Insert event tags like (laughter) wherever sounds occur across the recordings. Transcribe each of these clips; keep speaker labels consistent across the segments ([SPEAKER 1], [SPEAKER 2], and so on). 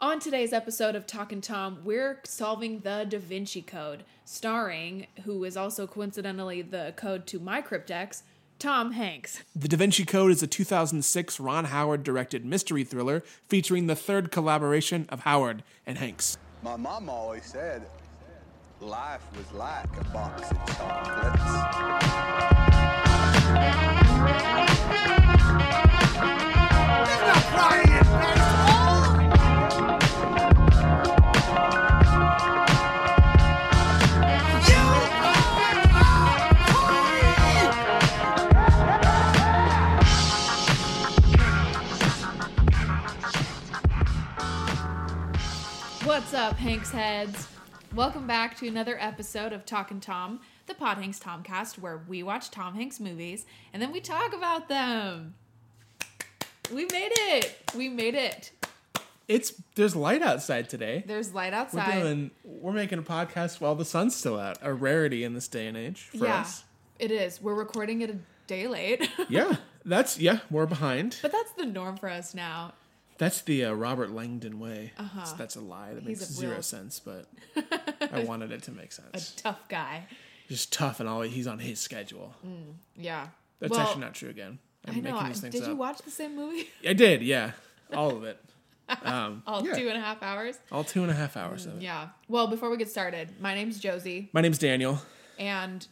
[SPEAKER 1] On today's episode of Talkin' Tom, we're solving the Da Vinci Code, starring, who is also coincidentally the code to my cryptex, Tom Hanks.
[SPEAKER 2] The Da Vinci Code is a 2006 Ron Howard directed mystery thriller featuring the third collaboration of Howard and Hanks.
[SPEAKER 3] My mom always said life was like a box of chocolates.
[SPEAKER 1] What's up, Hanks heads? Welcome back to another episode of Talkin' Tom, the Pod Hanks Tomcast, where we watch Tom Hanks movies and then we talk about them. We made it. We made it.
[SPEAKER 2] It's there's light outside today.
[SPEAKER 1] There's light
[SPEAKER 2] We're
[SPEAKER 1] outside.
[SPEAKER 2] doing we're making a podcast while the sun's still out. A rarity in this day and age for
[SPEAKER 1] yeah,
[SPEAKER 2] us.
[SPEAKER 1] it is. We're recording it a day late, (laughs)
[SPEAKER 2] Yeah. That's yeah, we're behind.
[SPEAKER 1] but that's the norm for us now.
[SPEAKER 2] That's the uh, Robert Langdon way. That's- That's a lie. That
[SPEAKER 1] Uh-huh. He's
[SPEAKER 2] makes
[SPEAKER 1] a
[SPEAKER 2] zero
[SPEAKER 1] real-
[SPEAKER 2] sense, but
[SPEAKER 1] (laughs)
[SPEAKER 2] I wanted it to make sense.
[SPEAKER 1] Tough guy.
[SPEAKER 2] Just tough and all he's on his schedule.
[SPEAKER 1] Yeah.
[SPEAKER 2] That's
[SPEAKER 1] well,
[SPEAKER 2] actually not true again. I'm
[SPEAKER 1] I know.
[SPEAKER 2] making
[SPEAKER 1] I-
[SPEAKER 2] these things
[SPEAKER 1] Did
[SPEAKER 2] up.
[SPEAKER 1] you watch the same movie? (laughs)
[SPEAKER 2] I did, yeah. All of it. Um,
[SPEAKER 1] All
[SPEAKER 2] yeah.
[SPEAKER 1] two and a half hours.
[SPEAKER 2] All two and a half hours of it.
[SPEAKER 1] Yeah. Well, before we get started, my name's Josie,
[SPEAKER 2] My name's Daniel.
[SPEAKER 1] and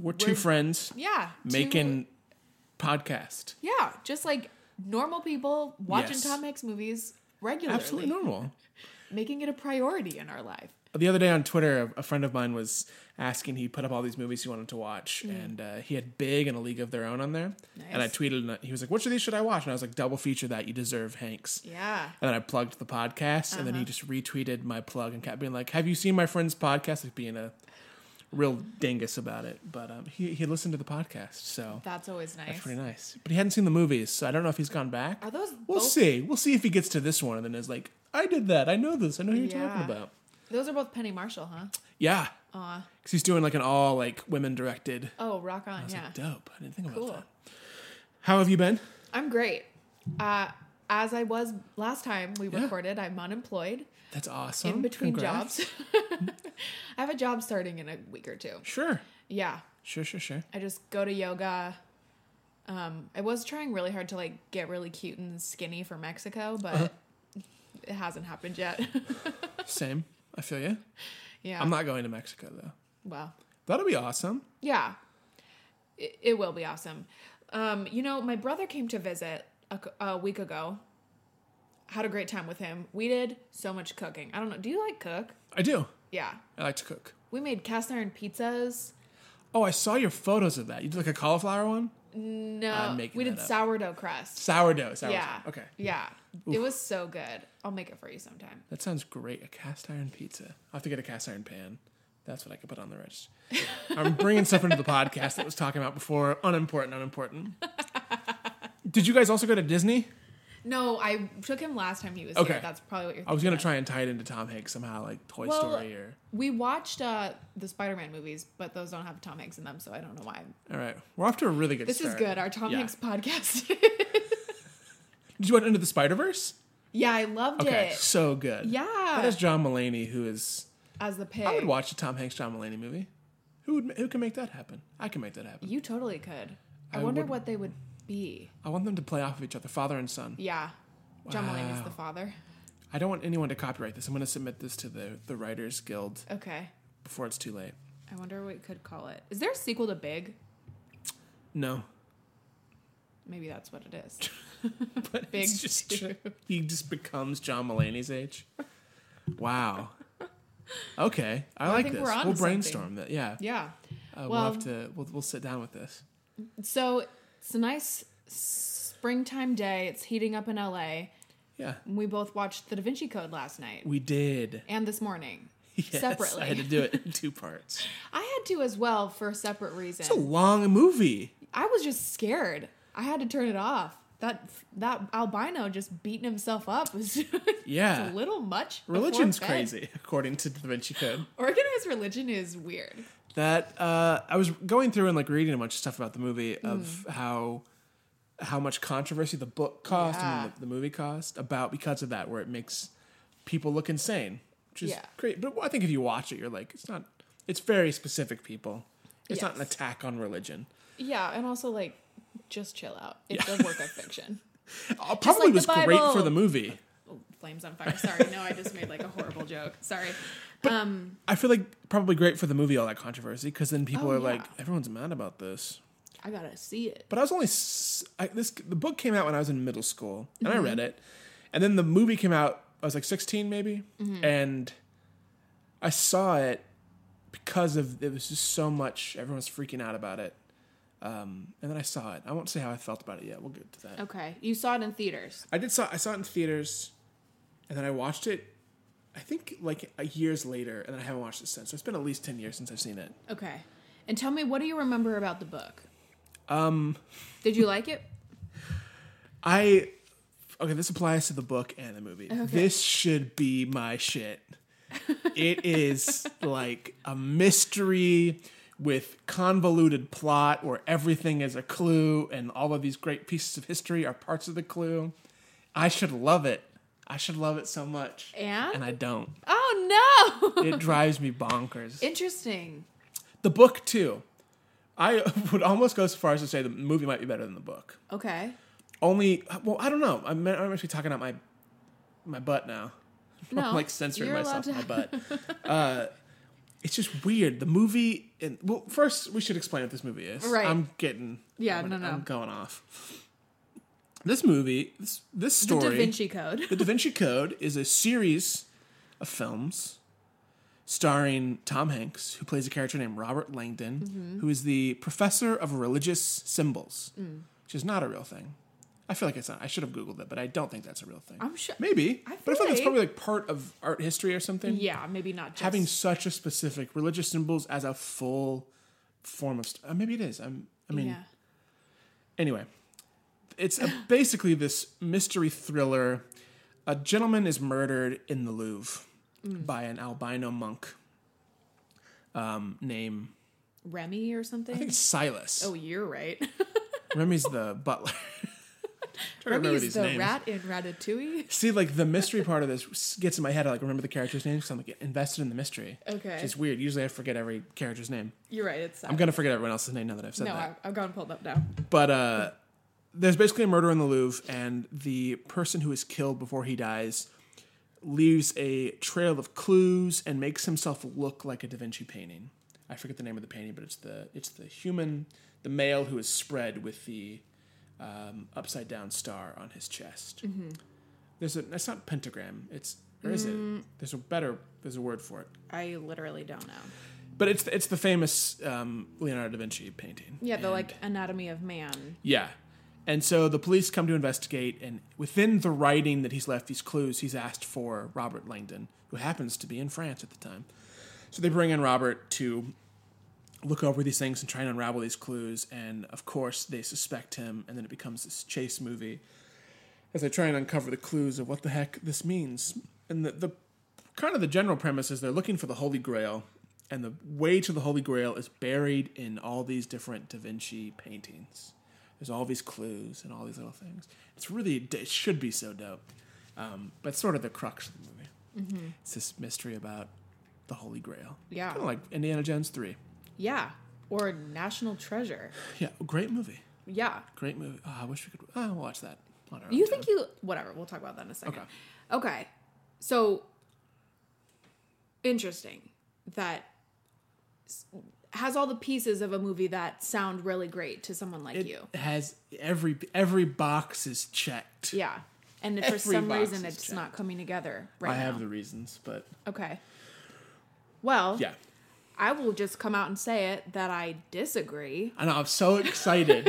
[SPEAKER 2] We're 2 friends
[SPEAKER 1] yeah, two-
[SPEAKER 2] making podcast.
[SPEAKER 1] yeah, just like normal people watching
[SPEAKER 2] Yes.
[SPEAKER 1] Tom Hanks movies regularly,
[SPEAKER 2] Absolutely normal.
[SPEAKER 1] making it a priority in our life.
[SPEAKER 2] The other day on Twitter, a a friend of mine was asking. He put up all these movies he wanted to watch, and uh, he had Big and A League of Their Own on there. And I
[SPEAKER 1] Mm. Nice.
[SPEAKER 2] tweeted, and he was like, "Which of these should I watch?" And I was like, "Double feature that. You deserve Hanks."
[SPEAKER 1] Yeah. Uh-huh.
[SPEAKER 2] And then I plugged the podcast, and then he just retweeted my plug and kept being like, "Have you seen my friend's podcast?" Like being a real dingus about it, but um, he he listened to the podcast, so
[SPEAKER 1] That's always nice.
[SPEAKER 2] that's pretty nice. But he hadn't seen the movies, so I don't know if he's gone back.
[SPEAKER 1] Are those
[SPEAKER 2] We'll
[SPEAKER 1] both-
[SPEAKER 2] see. We'll see if he gets to this one, and then is like, "I did that. I know this. I know who you're
[SPEAKER 1] Yeah.
[SPEAKER 2] talking about."
[SPEAKER 1] Those are both Penny Marshall, huh?
[SPEAKER 2] Yeah, because he's doing like an all like women directed.
[SPEAKER 1] Oh, rock on,
[SPEAKER 2] It's
[SPEAKER 1] yeah.
[SPEAKER 2] like, dope. I didn't think about
[SPEAKER 1] Cool.
[SPEAKER 2] that. How have you been?
[SPEAKER 1] I'm great. Uh, as I was last time we
[SPEAKER 2] Yeah.
[SPEAKER 1] recorded, I'm unemployed
[SPEAKER 2] That's awesome.
[SPEAKER 1] in between
[SPEAKER 2] Congrats.
[SPEAKER 1] jobs. (laughs) I have a job starting in a week or two.
[SPEAKER 2] Sure,
[SPEAKER 1] Yeah,
[SPEAKER 2] sure,
[SPEAKER 1] (laughs)
[SPEAKER 2] sure, sure.
[SPEAKER 1] I just go to yoga. Um, I was trying really hard to like get really cute and skinny for Mexico, but
[SPEAKER 2] Uh-huh.
[SPEAKER 1] it hasn't happened yet. (laughs)
[SPEAKER 2] Same. I feel you.
[SPEAKER 1] yeah.
[SPEAKER 2] I'm not going to Mexico though.
[SPEAKER 1] well,
[SPEAKER 2] That'll be awesome.
[SPEAKER 1] yeah. It, it will be awesome. Um, you know, my brother came to visit a, c- a week ago. Had a great time with him. We did so much cooking. I don't know. Do you like cook?
[SPEAKER 2] I do.
[SPEAKER 1] Yeah.
[SPEAKER 2] I like to cook.
[SPEAKER 1] We made cast iron pizzas.
[SPEAKER 2] Oh, I saw your photos of that. You did like a cauliflower one?
[SPEAKER 1] No,
[SPEAKER 2] I'm making
[SPEAKER 1] we did
[SPEAKER 2] that up.
[SPEAKER 1] sourdough crust.
[SPEAKER 2] Sourdough. Sourdough.
[SPEAKER 1] Yeah.
[SPEAKER 2] Okay.
[SPEAKER 1] Yeah. It was so good. I'll make it for you sometime.
[SPEAKER 2] That sounds great. A cast iron pizza. I'll have to get a cast iron pan. That's what I could put on the register. I'm bringing stuff into the podcast that was talking about before. Unimportant, unimportant. (laughs) Did you guys also go to Disney?
[SPEAKER 1] No, I took him last time he was
[SPEAKER 2] Okay.
[SPEAKER 1] here. That's probably what you're
[SPEAKER 2] I
[SPEAKER 1] thinking.
[SPEAKER 2] was going
[SPEAKER 1] of.
[SPEAKER 2] to try and tie it into Tom Hanks somehow, like Toy
[SPEAKER 1] Well,
[SPEAKER 2] Story or.
[SPEAKER 1] We watched uh, the Spider-Man movies, but those don't have Tom Hanks in them, so I don't know why.
[SPEAKER 2] All right. We're off to a really good
[SPEAKER 1] This
[SPEAKER 2] start.
[SPEAKER 1] is good. Our Tom
[SPEAKER 2] Yeah.
[SPEAKER 1] Hanks podcast. (laughs)
[SPEAKER 2] Did you watch Into the Spider Verse?
[SPEAKER 1] yeah, I loved
[SPEAKER 2] Okay.
[SPEAKER 1] it.
[SPEAKER 2] So good.
[SPEAKER 1] Yeah.
[SPEAKER 2] That is John Mulaney, who is.
[SPEAKER 1] As the pig,
[SPEAKER 2] I would watch a Tom Hanks John Mulaney movie. Who would who can make that happen? I can make that happen.
[SPEAKER 1] you totally could. I,
[SPEAKER 2] I
[SPEAKER 1] wonder
[SPEAKER 2] would-
[SPEAKER 1] what they would be.
[SPEAKER 2] I want them to play off of each other, father and son.
[SPEAKER 1] Yeah, John Mulaney's
[SPEAKER 2] Wow.
[SPEAKER 1] the father.
[SPEAKER 2] I don't want anyone to copyright this. I'm going to submit this to the the Writers Guild
[SPEAKER 1] Okay,
[SPEAKER 2] before it's too late.
[SPEAKER 1] I wonder what we could call it. Is there a sequel to Big?
[SPEAKER 2] No, (laughs)
[SPEAKER 1] Maybe that's what it is.
[SPEAKER 2] but
[SPEAKER 1] Big
[SPEAKER 2] it's
[SPEAKER 1] (laughs)
[SPEAKER 2] just
[SPEAKER 1] two.
[SPEAKER 2] he just becomes John Mulaney's age. Wow. Okay, I like
[SPEAKER 1] think
[SPEAKER 2] this.
[SPEAKER 1] we're onto
[SPEAKER 2] we'll
[SPEAKER 1] something.
[SPEAKER 2] brainstorm that. Yeah,
[SPEAKER 1] Yeah.
[SPEAKER 2] Uh, we'll
[SPEAKER 1] well-
[SPEAKER 2] have to. We'll, we'll sit down with this.
[SPEAKER 1] So it's a nice springtime day. It's heating up in LA.
[SPEAKER 2] Yeah,
[SPEAKER 1] We both watched The Da Vinci Code last night
[SPEAKER 2] we did. (laughs)
[SPEAKER 1] and this morning
[SPEAKER 2] Yes,
[SPEAKER 1] separately.
[SPEAKER 2] I had to do it in
[SPEAKER 1] (laughs)
[SPEAKER 2] two parts.
[SPEAKER 1] to as well for a separate reason.
[SPEAKER 2] It's a long movie.
[SPEAKER 1] I was just scared. I had to turn it off. That that albino just beating himself up (laughs) was
[SPEAKER 2] Yeah.
[SPEAKER 1] it's a little much. before
[SPEAKER 2] Religion's
[SPEAKER 1] bed.
[SPEAKER 2] crazy, according to Da Vinci Code.
[SPEAKER 1] Organized religion is weird. Hmm.
[SPEAKER 2] That uh, I was going through and like reading a bunch of stuff about the movie of how how much controversy the book cost
[SPEAKER 1] Yeah.
[SPEAKER 2] and the, the movie cost about because of that, where it makes people look insane, which is
[SPEAKER 1] Yeah.
[SPEAKER 2] great. But I think if you watch it, you're like, it's not. It's very specific people. It's not an
[SPEAKER 1] Yes.
[SPEAKER 2] attack on religion.
[SPEAKER 1] Yeah, and also like just chill out. It's a work of fiction.
[SPEAKER 2] Uh, probably
[SPEAKER 1] like the
[SPEAKER 2] was great for
[SPEAKER 1] Bible.
[SPEAKER 2] the movie.
[SPEAKER 1] Oh, flames on fire. Sorry, no, I just made like a horrible joke. Sorry. Um,
[SPEAKER 2] I feel like probably great for the movie all that controversy because then people
[SPEAKER 1] Oh,
[SPEAKER 2] are
[SPEAKER 1] yeah.
[SPEAKER 2] like, everyone's mad about this.
[SPEAKER 1] I gotta see it.
[SPEAKER 2] But I was only s I this. The book came out when I was in middle school, and I read it. And then the movie came out. I was like sixteen, maybe, and I saw it because of it was just so much. Everyone was freaking out about it. Um, and then I saw it. I won't say how I felt about it yet. We'll get to that.
[SPEAKER 1] Okay, you saw it in theaters.
[SPEAKER 2] I did saw I saw it in theaters, and then I watched it. I think like uh, years later, and I haven't watched it since. So it's been at least ten years since I've seen it.
[SPEAKER 1] Okay, and tell me what do you remember about the book? Um, did you like it?
[SPEAKER 2] (laughs) I okay. This applies to the book and the movie. This should be my shit. It is like a mystery with convoluted plot where everything is a clue and all of these great pieces of history are parts of the clue. I should love it. I should love it so much.
[SPEAKER 1] And?
[SPEAKER 2] I don't.
[SPEAKER 1] Oh no!
[SPEAKER 2] It drives me bonkers.
[SPEAKER 1] Interesting.
[SPEAKER 2] the book too. I (laughs) would almost go so far as to say the movie might be better than the book
[SPEAKER 1] Okay.
[SPEAKER 2] only well i don't know i'm, I'm actually talking out my my butt now (laughs)
[SPEAKER 1] No,
[SPEAKER 2] i'm like censoring
[SPEAKER 1] you're
[SPEAKER 2] myself
[SPEAKER 1] allowed
[SPEAKER 2] my butt uh it's just weird the movie and well first we should explain what this movie is
[SPEAKER 1] Right.
[SPEAKER 2] i'm getting
[SPEAKER 1] Yeah,
[SPEAKER 2] I'm,
[SPEAKER 1] no, no.
[SPEAKER 2] i'm going off this movie this, this story
[SPEAKER 1] The Da Vinci Code.
[SPEAKER 2] (laughs) the Da Vinci Code is a series of films starring Tom Hanks, who plays a character named Robert Langdon, who is the professor of religious symbols, which is not a real thing. I feel like it's not. I should have Googled it, but I don't think that's a real thing.
[SPEAKER 1] I'm sure-
[SPEAKER 2] Maybe.
[SPEAKER 1] I
[SPEAKER 2] but I feel
[SPEAKER 1] feel
[SPEAKER 2] like it's
[SPEAKER 1] like-
[SPEAKER 2] probably like part of art history or something.
[SPEAKER 1] Yeah, maybe not just
[SPEAKER 2] Having such a specific religious symbols as a full form of. St- uh, maybe it is. I'm, I mean,
[SPEAKER 1] yeah.
[SPEAKER 2] Anyway, it's a, basically this mystery thriller. A gentleman is murdered in the Louvre by an albino monk um, named
[SPEAKER 1] Remy or something.
[SPEAKER 2] I think it's Silas.
[SPEAKER 1] oh, you're right.
[SPEAKER 2] Remy's the butler. Trying to
[SPEAKER 1] (laughs)
[SPEAKER 2] remember
[SPEAKER 1] Remy's
[SPEAKER 2] these
[SPEAKER 1] the
[SPEAKER 2] names.
[SPEAKER 1] rat in Ratatouille.
[SPEAKER 2] See, like the mystery part of this gets in my head. I like remember the character's names because I'm like invested in the mystery.
[SPEAKER 1] Okay.
[SPEAKER 2] which is weird. Usually, I forget every character's name.
[SPEAKER 1] You're right. It's
[SPEAKER 2] I'm gonna forget everyone else's name now that I've said
[SPEAKER 1] no,
[SPEAKER 2] that.
[SPEAKER 1] I, I've gone pulled up now.
[SPEAKER 2] But uh, there's basically a murder in the Louvre, and the person who is killed before he dies leaves a trail of clues and makes himself look like a Da Vinci painting. I forget the name of the painting, but it's the it's the human, the male who is spread with the um, upside down star on his chest.
[SPEAKER 1] Mm-hmm.
[SPEAKER 2] There's a it's not pentagram. It's or is
[SPEAKER 1] Mm.
[SPEAKER 2] it? There's a better there's a word for it.
[SPEAKER 1] I literally don't know.
[SPEAKER 2] But it's it's the famous um, Leonardo da Vinci painting.
[SPEAKER 1] Yeah, the
[SPEAKER 2] And-
[SPEAKER 1] like anatomy of man.
[SPEAKER 2] yeah. And so the police come to investigate, and within the writing that he's left these clues, he's asked for Robert Langdon, who happens to be in France at the time. So they bring in Robert to look over these things and try and unravel these clues, and of course they suspect him, and then it becomes this chase movie as they try and uncover the clues of what the heck this means. And the, the kind of the general premise is they're looking for the Holy Grail, and the way to the Holy Grail is buried in all these different Da Vinci paintings. There's all these clues and all these little things. It's really it should be so dope, um, but it's sort of the crux of the movie. It's this mystery about the Holy Grail.
[SPEAKER 1] Yeah.
[SPEAKER 2] kind of like Indiana Jones three.
[SPEAKER 1] Yeah, or national treasure.
[SPEAKER 2] Yeah, great movie.
[SPEAKER 1] Yeah.
[SPEAKER 2] Great movie. Oh, I wish we could uh, watch that on our own.
[SPEAKER 1] You
[SPEAKER 2] time.
[SPEAKER 1] think you whatever, we'll talk about that in a second.
[SPEAKER 2] Okay.
[SPEAKER 1] Okay. So interesting that s- has all the pieces of a movie that sound really great to someone like
[SPEAKER 2] it
[SPEAKER 1] you.
[SPEAKER 2] has every every box is checked.
[SPEAKER 1] Yeah. And if for
[SPEAKER 2] Every
[SPEAKER 1] some
[SPEAKER 2] box
[SPEAKER 1] reason
[SPEAKER 2] is
[SPEAKER 1] it's not
[SPEAKER 2] checked.
[SPEAKER 1] coming together right
[SPEAKER 2] I
[SPEAKER 1] now. Oh.
[SPEAKER 2] have the reasons, but
[SPEAKER 1] okay. Well,
[SPEAKER 2] yeah.
[SPEAKER 1] I will just come out and say it that I disagree. (laughs)
[SPEAKER 2] I know I'm so excited.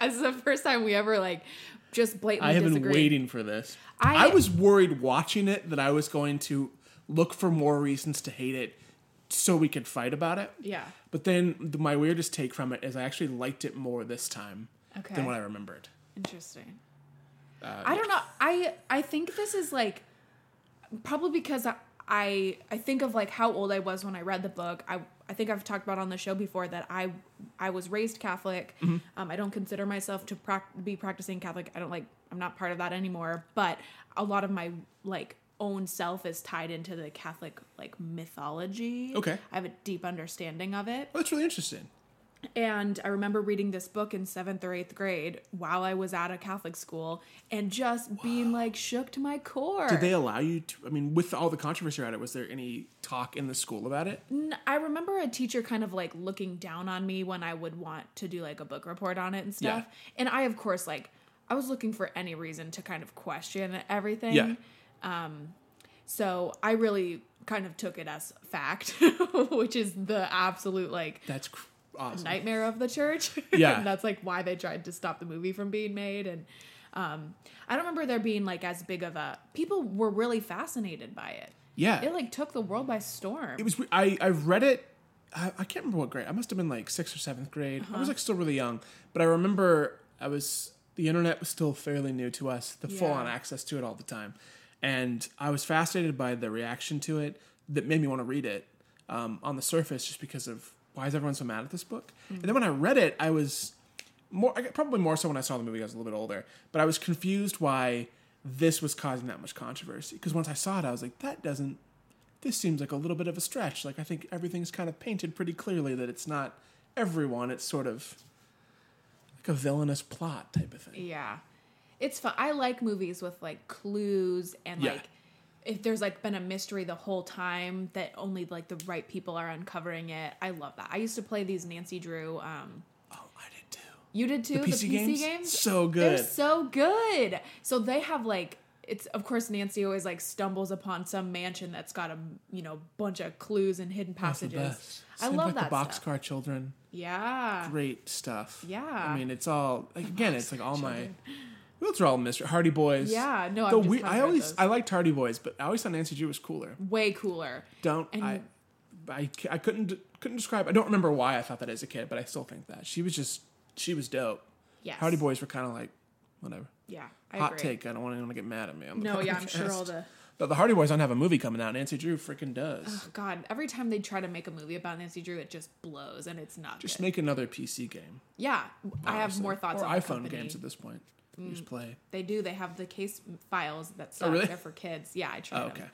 [SPEAKER 1] This is the first time we ever like just blatantly
[SPEAKER 2] I have
[SPEAKER 1] disagree.
[SPEAKER 2] been waiting for this.
[SPEAKER 1] I-
[SPEAKER 2] I, was worried watching it that I was going to look for more reasons to hate it so we could fight about it.
[SPEAKER 1] Yeah.
[SPEAKER 2] But then the, my weirdest take from it is I actually liked it more this time
[SPEAKER 1] Okay.
[SPEAKER 2] than what I remembered.
[SPEAKER 1] Interesting. I don't know. I I think this is like probably because I, I I think of like how old I was when I read the book. I I think I've talked about on the show before that I I was raised Catholic. Um, I don't consider myself to prac- be practicing Catholic. I don't like I'm not part of that anymore. But a lot of my like own self is tied into the Catholic like mythology.
[SPEAKER 2] Okay.
[SPEAKER 1] I have a deep understanding of it.
[SPEAKER 2] Oh, that's really interesting.
[SPEAKER 1] And I remember reading this book in seventh or eighth grade while I was at a Catholic school and just being like shook to my core.
[SPEAKER 2] Did they allow you to? I mean, with all the controversy around it, was there any talk in the school about it?
[SPEAKER 1] N- I remember a teacher kind of like looking down on me when I would want to do like a book report on it and stuff. And I, of course, like I was looking for any reason to kind of question everything.
[SPEAKER 2] Yeah.
[SPEAKER 1] So I really kind of took it as fact, (laughs) which is the absolute like
[SPEAKER 2] That's cr- awesome.
[SPEAKER 1] nightmare of the church. (laughs)
[SPEAKER 2] Yeah.
[SPEAKER 1] and that's like why they tried to stop the movie from being made. And um, I don't remember there being like as big of a. People were really fascinated by it.
[SPEAKER 2] Yeah.
[SPEAKER 1] It like took the world by storm.
[SPEAKER 2] it was we- i i read it I, I can't remember what grade i must have been like sixth or seventh grade i was like still really young but i remember i was the internet was still fairly new to us the full on
[SPEAKER 1] Yeah.
[SPEAKER 2] access to it all the time and i was fascinated by the reaction to it that made me want to read it um, on the surface just because of why is everyone so mad at this book and then when i read it i was more I got- probably more so when I saw the movie. I was a little bit older, but I was confused why this was causing that much controversy. Because once I saw it, I was like, that doesn't. This seems like a little bit of a stretch. Like I think everything's kind of painted pretty clearly that it's not everyone. It's sort of like a villainous plot type of thing.
[SPEAKER 1] Yeah. It's fun. I like movies with like clues and
[SPEAKER 2] Yeah.
[SPEAKER 1] like if there's like been a mystery the whole time that only like the right people are uncovering it. I love that. I used to play these Nancy Drew um
[SPEAKER 2] Oh, I did too.
[SPEAKER 1] you did too. The
[SPEAKER 2] PC games? So
[SPEAKER 1] They're
[SPEAKER 2] good.
[SPEAKER 1] so good. So they have like it's of course Nancy always like stumbles upon some mansion that's got a you know bunch of clues and hidden
[SPEAKER 2] It's the
[SPEAKER 1] passages.
[SPEAKER 2] best.
[SPEAKER 1] I
[SPEAKER 2] Same
[SPEAKER 1] love
[SPEAKER 2] with
[SPEAKER 1] that
[SPEAKER 2] the
[SPEAKER 1] stuff.
[SPEAKER 2] Boxcar Children.
[SPEAKER 1] Yeah.
[SPEAKER 2] Great stuff.
[SPEAKER 1] Yeah.
[SPEAKER 2] I mean, it's all like, again. It's like all my. Those are all mystery. Hardy Boys.
[SPEAKER 1] Yeah, no, I've
[SPEAKER 2] The
[SPEAKER 1] just
[SPEAKER 2] we-
[SPEAKER 1] kind of
[SPEAKER 2] I
[SPEAKER 1] read
[SPEAKER 2] always
[SPEAKER 1] those.
[SPEAKER 2] I liked Hardy Boys, but I always thought Nancy Drew was cooler.
[SPEAKER 1] Way cooler.
[SPEAKER 2] Don't
[SPEAKER 1] And-
[SPEAKER 2] I, I? ca- I couldn't couldn't describe. I don't remember why I thought that as a kid, but I still think that she was just she was dope.
[SPEAKER 1] Yes.
[SPEAKER 2] Howdy Boys were kind of like whatever.
[SPEAKER 1] Yeah. I
[SPEAKER 2] Hot
[SPEAKER 1] agree.
[SPEAKER 2] take. I don't want anyone to get mad at me. On the
[SPEAKER 1] No, yeah, I'm sure
[SPEAKER 2] podcast.
[SPEAKER 1] all the
[SPEAKER 2] But the Hardy Boys don't have a movie coming out. Nancy Drew freaking does.
[SPEAKER 1] Oh, God, every time they try to make a movie about Nancy Drew, it just blows, and it's not
[SPEAKER 2] just
[SPEAKER 1] good.
[SPEAKER 2] make another PC game.
[SPEAKER 1] yeah, I have
[SPEAKER 2] honestly.
[SPEAKER 1] more thoughts
[SPEAKER 2] Or
[SPEAKER 1] on the
[SPEAKER 2] iPhone
[SPEAKER 1] company. Mm.
[SPEAKER 2] games at this point. You Just play.
[SPEAKER 1] They do. They have the case files that suck.
[SPEAKER 2] Oh, really?
[SPEAKER 1] They're for kids. Yeah, I tried
[SPEAKER 2] Oh,
[SPEAKER 1] them.
[SPEAKER 2] okay.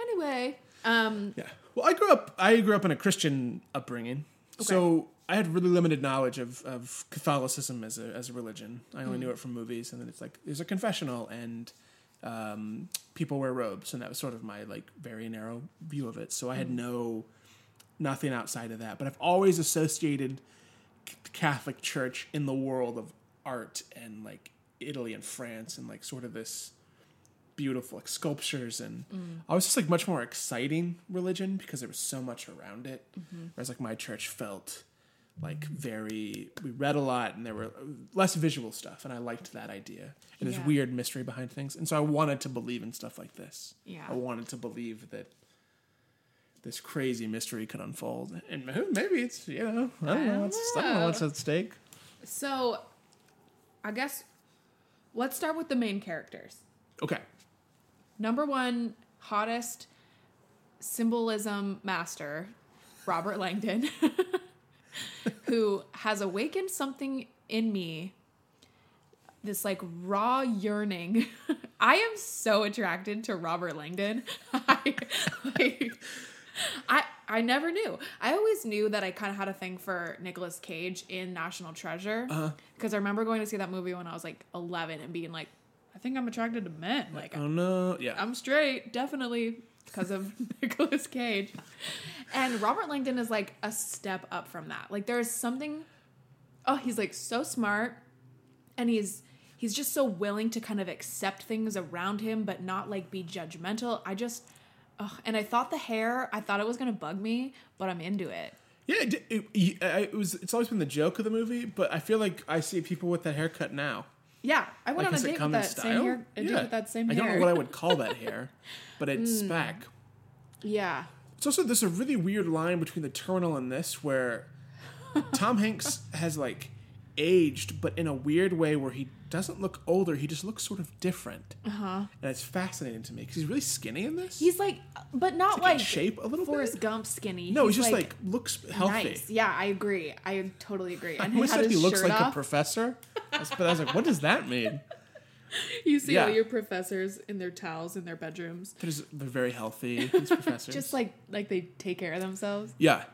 [SPEAKER 1] Anyway, um,
[SPEAKER 2] Yeah. Well, I grew up. I grew up in a Christian upbringing, so I had really limited knowledge of, of Catholicism as a as a religion. I
[SPEAKER 1] Mm.
[SPEAKER 2] only knew it from movies, and then it's like there's a confessional, and um, people wear robes, and that was sort of my like very narrow view of it. So I
[SPEAKER 1] Mm.
[SPEAKER 2] had no nothing outside of that. But I've always associated c- Catholic Church in the world of art and like Italy and France and like sort of this beautiful like sculptures and
[SPEAKER 1] Mm.
[SPEAKER 2] I was just like much more exciting religion because there was so much around it.
[SPEAKER 1] Mm-hmm.
[SPEAKER 2] Whereas like my church felt like very we read a lot and there were uh, less visual stuff and I liked that idea. And this
[SPEAKER 1] Yeah.
[SPEAKER 2] weird mystery behind things. And so I wanted to believe in stuff like this.
[SPEAKER 1] Yeah.
[SPEAKER 2] I wanted to believe that this crazy mystery could unfold. And who- maybe it's you know I don't know what's I don't know what's at stake.
[SPEAKER 1] so I guess let's start with the main characters.
[SPEAKER 2] Okay,
[SPEAKER 1] Number one, hottest symbolism master, Robert Langdon, (laughs) who has awakened something in me, this like raw yearning. (laughs) I am so attracted to Robert Langdon. (laughs) I, like, I I never knew. I always knew that I kind of had a thing for Nicolas Cage in National Treasure because I remember going to see that movie when I was like 11 and being like, I think I'm attracted to men. Like
[SPEAKER 2] oh no, yeah,
[SPEAKER 1] I'm straight, definitely, because of (laughs) Nicolas Cage. And Robert Langdon is like a step up from that. Like there is something oh, he's like so smart and he's he's just so willing to kind of accept things around him but not like be judgmental. I just ugh. and I thought the hair, I thought it was gonna bug me, but I'm into it.
[SPEAKER 2] Yeah, it, it, it, it was. It's always been the joke of the movie, but I feel like I see people with that haircut now.
[SPEAKER 1] Yeah, I went
[SPEAKER 2] Like,
[SPEAKER 1] on
[SPEAKER 2] has
[SPEAKER 1] a
[SPEAKER 2] it
[SPEAKER 1] date
[SPEAKER 2] come
[SPEAKER 1] with
[SPEAKER 2] in
[SPEAKER 1] that same hair. A date
[SPEAKER 2] Yeah.
[SPEAKER 1] with that same
[SPEAKER 2] I
[SPEAKER 1] hair. Hmm.
[SPEAKER 2] don't know what I would call that hair,
[SPEAKER 1] (laughs)
[SPEAKER 2] but it's back.
[SPEAKER 1] yeah,
[SPEAKER 2] It's also there's a really weird line between the terminal and this where Tom Hanks has like aged, but in a weird way where he doesn't look older. He just looks sort of different. Uh-huh. And it's fascinating to me because he's really skinny in this.
[SPEAKER 1] He's like, but not
[SPEAKER 2] like
[SPEAKER 1] like,
[SPEAKER 2] in shape a little
[SPEAKER 1] Forrest
[SPEAKER 2] bit.
[SPEAKER 1] Gump skinny.
[SPEAKER 2] No, he's, just like, looks healthy. (laughs)
[SPEAKER 1] nice. Yeah, I agree. I totally agree. And
[SPEAKER 2] I
[SPEAKER 1] he
[SPEAKER 2] wish
[SPEAKER 1] had
[SPEAKER 2] that
[SPEAKER 1] his
[SPEAKER 2] he looks
[SPEAKER 1] shirt
[SPEAKER 2] like
[SPEAKER 1] off.
[SPEAKER 2] a professor. That's- But I was like, what does that mean? (laughs)
[SPEAKER 1] you see all
[SPEAKER 2] yeah.
[SPEAKER 1] your professors in their towels in their bedrooms,
[SPEAKER 2] They're, just, they're very
[SPEAKER 1] (laughs)
[SPEAKER 2] healthy, these professors.
[SPEAKER 1] just like like they take care of themselves.
[SPEAKER 2] Yeah.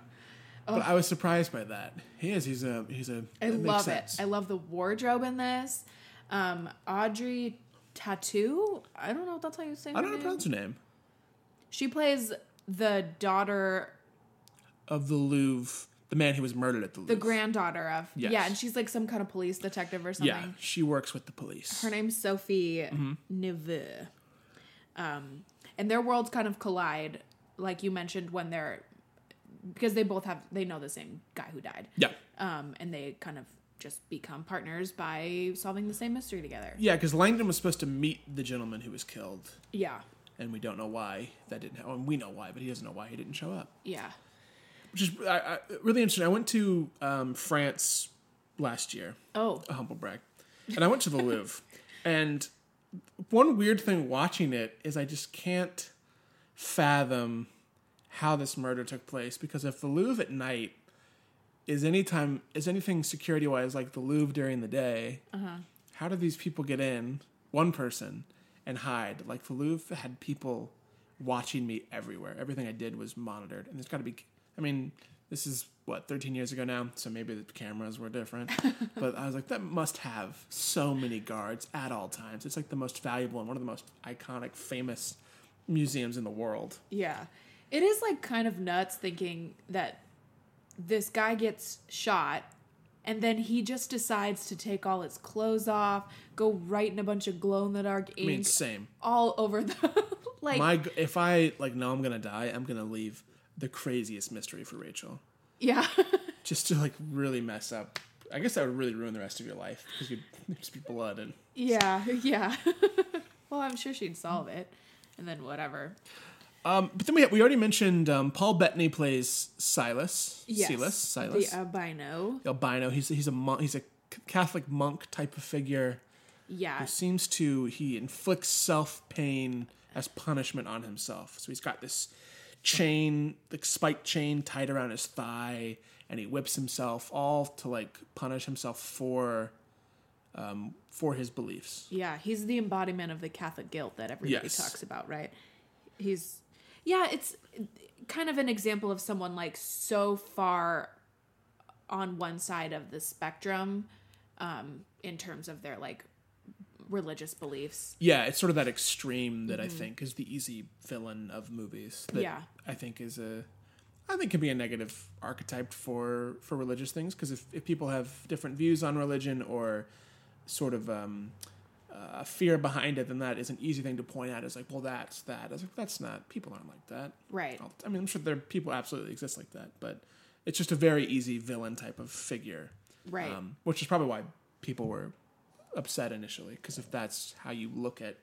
[SPEAKER 2] But I was surprised by that. He is. He's a. He's a.
[SPEAKER 1] I
[SPEAKER 2] it makes
[SPEAKER 1] love
[SPEAKER 2] sense.
[SPEAKER 1] it. I love the wardrobe in this. Um, Audrey Tattoo. I don't know if that's how you say.
[SPEAKER 2] I
[SPEAKER 1] her
[SPEAKER 2] don't know how to
[SPEAKER 1] name.
[SPEAKER 2] pronounce her name.
[SPEAKER 1] She plays the daughter,
[SPEAKER 2] Of the Louvre, the man who was murdered at the Louvre.
[SPEAKER 1] the granddaughter of.
[SPEAKER 2] Yes.
[SPEAKER 1] Yeah, and she's like some kind of police detective or something.
[SPEAKER 2] Yeah, she works with the police.
[SPEAKER 1] Her name's Sophie
[SPEAKER 2] Mm-hmm.
[SPEAKER 1] Neveu. Um, and their worlds kind of collide, like you mentioned, when they're because they both have they know the same guy who died.
[SPEAKER 2] Yeah.
[SPEAKER 1] Um, and they kind of just become partners by solving the same mystery together.
[SPEAKER 2] Yeah, because Langdon was supposed to meet the gentleman who was killed,
[SPEAKER 1] Yeah.
[SPEAKER 2] and we don't know why that didn't happen. we know why, but he doesn't know why he didn't show up.
[SPEAKER 1] Yeah.
[SPEAKER 2] Which is I, I, really interesting. I went to um, France last year,
[SPEAKER 1] Oh.
[SPEAKER 2] a humble brag, and I went to the Louvre. And one weird thing watching it is I just can't fathom how this murder took place because if the Louvre at night is any time is anything security wise like the Louvre during the day, how do these people get in? One person and hide. Like the Louvre had people watching me everywhere. Everything I did was monitored, and there's got to be. I mean, this is what 13 years ago now, so maybe the cameras were different. but I was like, that must have so many guards at all times. It's like the most valuable and one of the most iconic, famous museums in the world.
[SPEAKER 1] Yeah. It is like kind of nuts thinking that this guy gets shot and then he just decides to take all his clothes off, go write in a bunch of glow in the dark
[SPEAKER 2] I
[SPEAKER 1] ink
[SPEAKER 2] mean, same.
[SPEAKER 1] all over the (laughs) like
[SPEAKER 2] My g- if I like know I'm gonna die, I'm gonna leave the craziest mystery for Rachel.
[SPEAKER 1] yeah. (laughs)
[SPEAKER 2] just to like really mess up. I guess that would really ruin the rest of your life because you'd there'd just be blood and
[SPEAKER 1] yeah, yeah. (laughs) well, I'm sure she'd solve it and then whatever.
[SPEAKER 2] um. But then we we already mentioned um, Paul Bettany plays Silas.
[SPEAKER 1] Yes.
[SPEAKER 2] Silas. Silas.
[SPEAKER 1] The uh, albino.
[SPEAKER 2] albino. He's he's a monk. He's a c- Catholic monk type of figure
[SPEAKER 1] Yeah.
[SPEAKER 2] who seems to he inflicts self pain as punishment on himself. So he's got this chain, like spike chain, tied around his thigh, and he whips himself all to like punish himself for, um, for his beliefs.
[SPEAKER 1] Yeah, he's the embodiment of the Catholic guilt that everybody
[SPEAKER 2] Yes.
[SPEAKER 1] talks about, right? He's Yeah, it's kind of an example of someone like so far on one side of the spectrum um in terms of their like religious beliefs.
[SPEAKER 2] yeah, it's sort of that extreme that I think is the easy villain of movies. That
[SPEAKER 1] Yeah.
[SPEAKER 2] I think is a, I think can be a negative archetype for for religious things because if if people have different views on religion or sort of um, uh, fear behind it, then that is an easy thing to point out. Is like, well, that's that. I was like, that's not. People aren't like that.
[SPEAKER 1] Right.
[SPEAKER 2] I'll- I mean, I'm sure there are people absolutely exist like that, but it's just a very easy villain type of figure.
[SPEAKER 1] Right.
[SPEAKER 2] Um, which is probably why people were upset initially, because if that's how you look at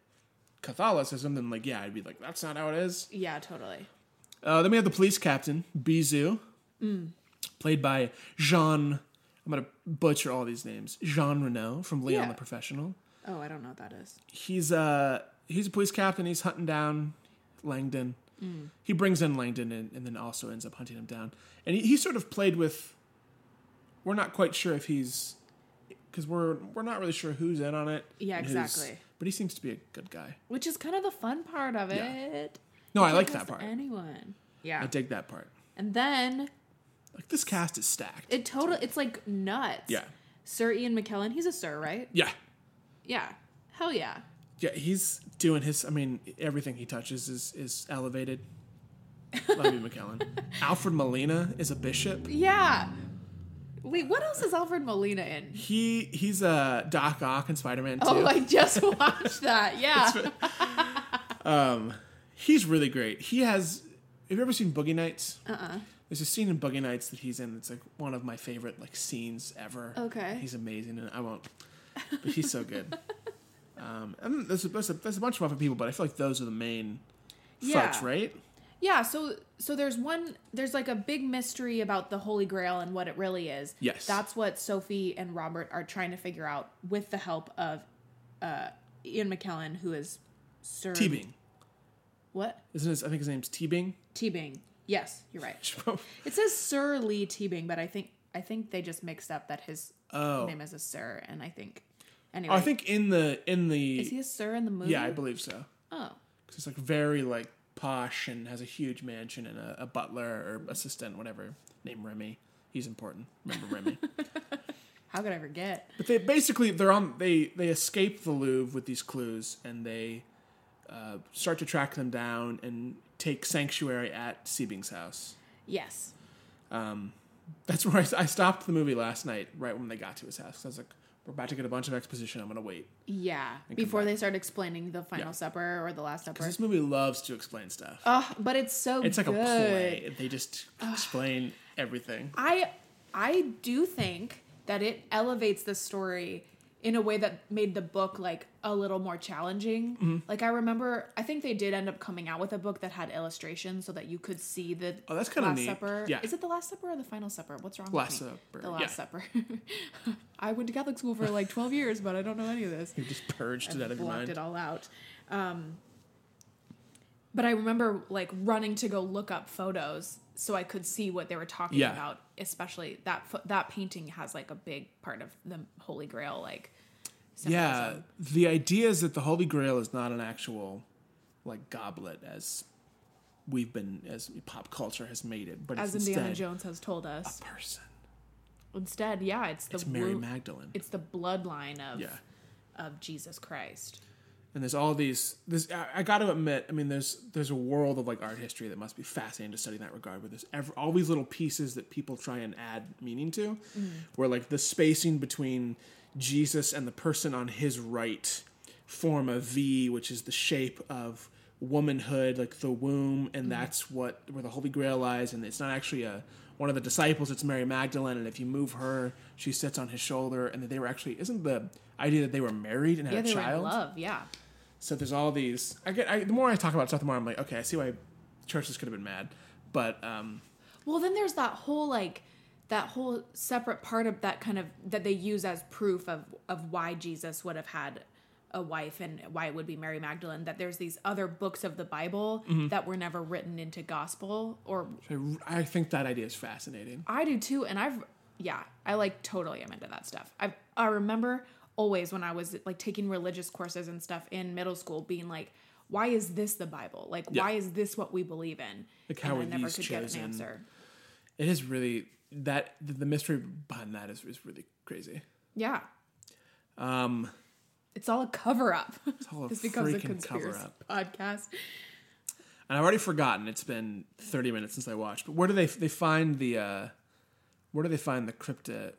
[SPEAKER 2] Catholicism, then like, yeah, I'd be like, that's not how it is.
[SPEAKER 1] yeah, totally.
[SPEAKER 2] Uh, then we have the police captain, Bizou,
[SPEAKER 1] Mm.
[SPEAKER 2] played by Jean. I'm gonna butcher all these names. Jean Renault from Leon
[SPEAKER 1] Yeah.
[SPEAKER 2] the Professional.
[SPEAKER 1] Oh, I don't know what that is.
[SPEAKER 2] He's uh he's a police captain. He's hunting down Langdon.
[SPEAKER 1] Mm.
[SPEAKER 2] He brings in Langdon and, and then also ends up hunting him down. And he, he sort of played with. We're not quite sure if he's because we're we're not really sure who's in on it.
[SPEAKER 1] Yeah,
[SPEAKER 2] and who's-
[SPEAKER 1] exactly.
[SPEAKER 2] But he seems to be a good guy.
[SPEAKER 1] Which is kind of the fun part of
[SPEAKER 2] Yeah.
[SPEAKER 1] it.
[SPEAKER 2] No, I
[SPEAKER 1] You
[SPEAKER 2] like
[SPEAKER 1] can
[SPEAKER 2] that
[SPEAKER 1] trust
[SPEAKER 2] part.
[SPEAKER 1] Anyone.
[SPEAKER 2] I
[SPEAKER 1] Yeah.
[SPEAKER 2] dig that part.
[SPEAKER 1] And then
[SPEAKER 2] Like this cast is stacked.
[SPEAKER 1] it total it's like nuts.
[SPEAKER 2] Yeah.
[SPEAKER 1] Sir Ian McKellen, he's a sir, right?
[SPEAKER 2] yeah,
[SPEAKER 1] Yeah. Hell yeah.
[SPEAKER 2] yeah. He's doing his. I mean, everything he touches is is elevated.
[SPEAKER 1] (laughs)
[SPEAKER 2] Love you, McKellen. Alfred Molina is a bishop.
[SPEAKER 1] Yeah. Wait, what else is Alfred Molina
[SPEAKER 2] (laughs)
[SPEAKER 1] in?
[SPEAKER 2] He he's a Doc Ock in Spider Man Two.
[SPEAKER 1] Oh, I just (laughs) watched that. Yeah.
[SPEAKER 2] he's really great. He has. Have you ever seen Boogie Nights? Uh.
[SPEAKER 1] Uh-uh.
[SPEAKER 2] uh There's a scene in Boogie Nights that he's in. It's like one of my favorite like scenes ever.
[SPEAKER 1] Okay.
[SPEAKER 2] He's amazing, and I won't. But he's
[SPEAKER 1] (laughs)
[SPEAKER 2] so good. um, and there's a, there's, a, there's a bunch of other people, but I feel like those are the main
[SPEAKER 1] Yeah.
[SPEAKER 2] folks, right?
[SPEAKER 1] Yeah, so so there's one there's like a big mystery about the Holy Grail and what it really is.
[SPEAKER 2] Yes.
[SPEAKER 1] That's what Sophie and Robert are trying to figure out with the help of uh Ian McKellen who is Sir
[SPEAKER 2] T Bing.
[SPEAKER 1] What?
[SPEAKER 2] Isn't his, I think his name's Oh, T (laughs) Bing?
[SPEAKER 1] T Bing. Yes, you're right. It says Sir Lee T Bing, but I think I think they just mixed up that his
[SPEAKER 2] Oh.
[SPEAKER 1] name is a Sir and I think anyway.
[SPEAKER 2] I think in the, in
[SPEAKER 1] is he
[SPEAKER 2] the,
[SPEAKER 1] a Sir in the movie?
[SPEAKER 2] yeah, I believe so.
[SPEAKER 1] Oh.
[SPEAKER 2] Because it's like very like posh and has a huge mansion and a, a butler or assistant, whatever, named Remy. He's important. Remember
[SPEAKER 1] (laughs)
[SPEAKER 2] Remy.
[SPEAKER 1] How could I forget?
[SPEAKER 2] But they basically they're on they they escape the Louvre with these clues and they uh, start to track them down and take sanctuary at Sebing's house.
[SPEAKER 1] Yes.
[SPEAKER 2] That's where I, I stopped the movie last night, right when they got to his house. 'cause I was like, we're about to get a bunch of exposition. I'm gonna wait
[SPEAKER 1] Yeah. Before
[SPEAKER 2] back.
[SPEAKER 1] they start explaining the Final
[SPEAKER 2] Yeah.
[SPEAKER 1] Supper or the Last Supper.
[SPEAKER 2] because this movie loves to explain stuff.
[SPEAKER 1] Oh, but it's so
[SPEAKER 2] it's like
[SPEAKER 1] good.
[SPEAKER 2] a play. They just explain everything.
[SPEAKER 1] I I do think that it elevates the story in a way that made the book like a little more challenging.
[SPEAKER 2] Mm-hmm.
[SPEAKER 1] Like I remember, I think they did end up coming out with a book that had illustrations so that you could see the
[SPEAKER 2] Oh, that's kinda
[SPEAKER 1] Last
[SPEAKER 2] neat.
[SPEAKER 1] Supper.
[SPEAKER 2] Yeah.
[SPEAKER 1] Is it the Last Supper or the Final Supper? What's wrong?
[SPEAKER 2] Last
[SPEAKER 1] with me?
[SPEAKER 2] Supper,
[SPEAKER 1] The Last
[SPEAKER 2] yeah.
[SPEAKER 1] Supper. (laughs) I went to Catholic school for like twelve years, but I don't know any of this
[SPEAKER 2] You (laughs) just purged it out of your
[SPEAKER 1] blocked
[SPEAKER 2] mind.
[SPEAKER 1] it all out. Um, but I remember like running to go look up photos so I could see what they were talking
[SPEAKER 2] Yeah.
[SPEAKER 1] about. Especially that pho- that painting has like a big part of the Holy Grail, like
[SPEAKER 2] Yeah,
[SPEAKER 1] symbolism.
[SPEAKER 2] the idea is that the Holy Grail is not an actual like goblet as we've been as pop culture has made it, but
[SPEAKER 1] as
[SPEAKER 2] it's
[SPEAKER 1] Indiana
[SPEAKER 2] instead
[SPEAKER 1] Jones has told us.
[SPEAKER 2] person.
[SPEAKER 1] Instead, yeah, it's the
[SPEAKER 2] It's Mary
[SPEAKER 1] wo-
[SPEAKER 2] Magdalene.
[SPEAKER 1] it's the bloodline of
[SPEAKER 2] yeah,
[SPEAKER 1] of Jesus Christ.
[SPEAKER 2] and there's all these. This I, I got to admit. I mean, there's there's a world of like art history that must be fascinating to study in that regard. Where there's ever, all these little pieces that people try and add meaning to,
[SPEAKER 1] Mm.
[SPEAKER 2] where like the spacing between Jesus and the person on his right form a V, which is the shape of womanhood, like the womb, and
[SPEAKER 1] Mm.
[SPEAKER 2] that's what where the Holy Grail lies. And it's not actually a one of the disciples; it's Mary Magdalene. And if you move her, she sits on his shoulder, and that they were actually isn't the idea that they were married and had
[SPEAKER 1] Yeah,
[SPEAKER 2] a
[SPEAKER 1] they were in
[SPEAKER 2] child.
[SPEAKER 1] love. Yeah,
[SPEAKER 2] So there's all these. I get I, the more I talk about stuff, the more I'm like, okay, I see why churches could have been mad, but um,
[SPEAKER 1] Well, then there's that whole like that whole separate part of that kind of that they use as proof of of why Jesus would have had a wife and why it would be Mary Magdalene that there's these other books of the Bible
[SPEAKER 2] Mm-hmm.
[SPEAKER 1] that were never written into gospel or
[SPEAKER 2] I, I think that idea is fascinating.
[SPEAKER 1] I do too and I've yeah, I like totally am into that stuff. I I remember always when I was like taking religious courses and stuff in middle school being like why is this the Bible? Like why is this what we believe in?
[SPEAKER 2] Like, how
[SPEAKER 1] and
[SPEAKER 2] were
[SPEAKER 1] I never
[SPEAKER 2] these
[SPEAKER 1] could get
[SPEAKER 2] chosen?
[SPEAKER 1] an answer.
[SPEAKER 2] It is really that the the mystery behind that is, is really crazy.
[SPEAKER 1] Yeah.
[SPEAKER 2] Um,
[SPEAKER 1] It's all a cover up.
[SPEAKER 2] all
[SPEAKER 1] (laughs)
[SPEAKER 2] a
[SPEAKER 1] this becomes a
[SPEAKER 2] freaking
[SPEAKER 1] conspiracy
[SPEAKER 2] cover-up.
[SPEAKER 1] podcast.
[SPEAKER 2] and I've already forgotten. It's been 30 minutes since I watched. But where do they they find the uh, where do they find the crypta?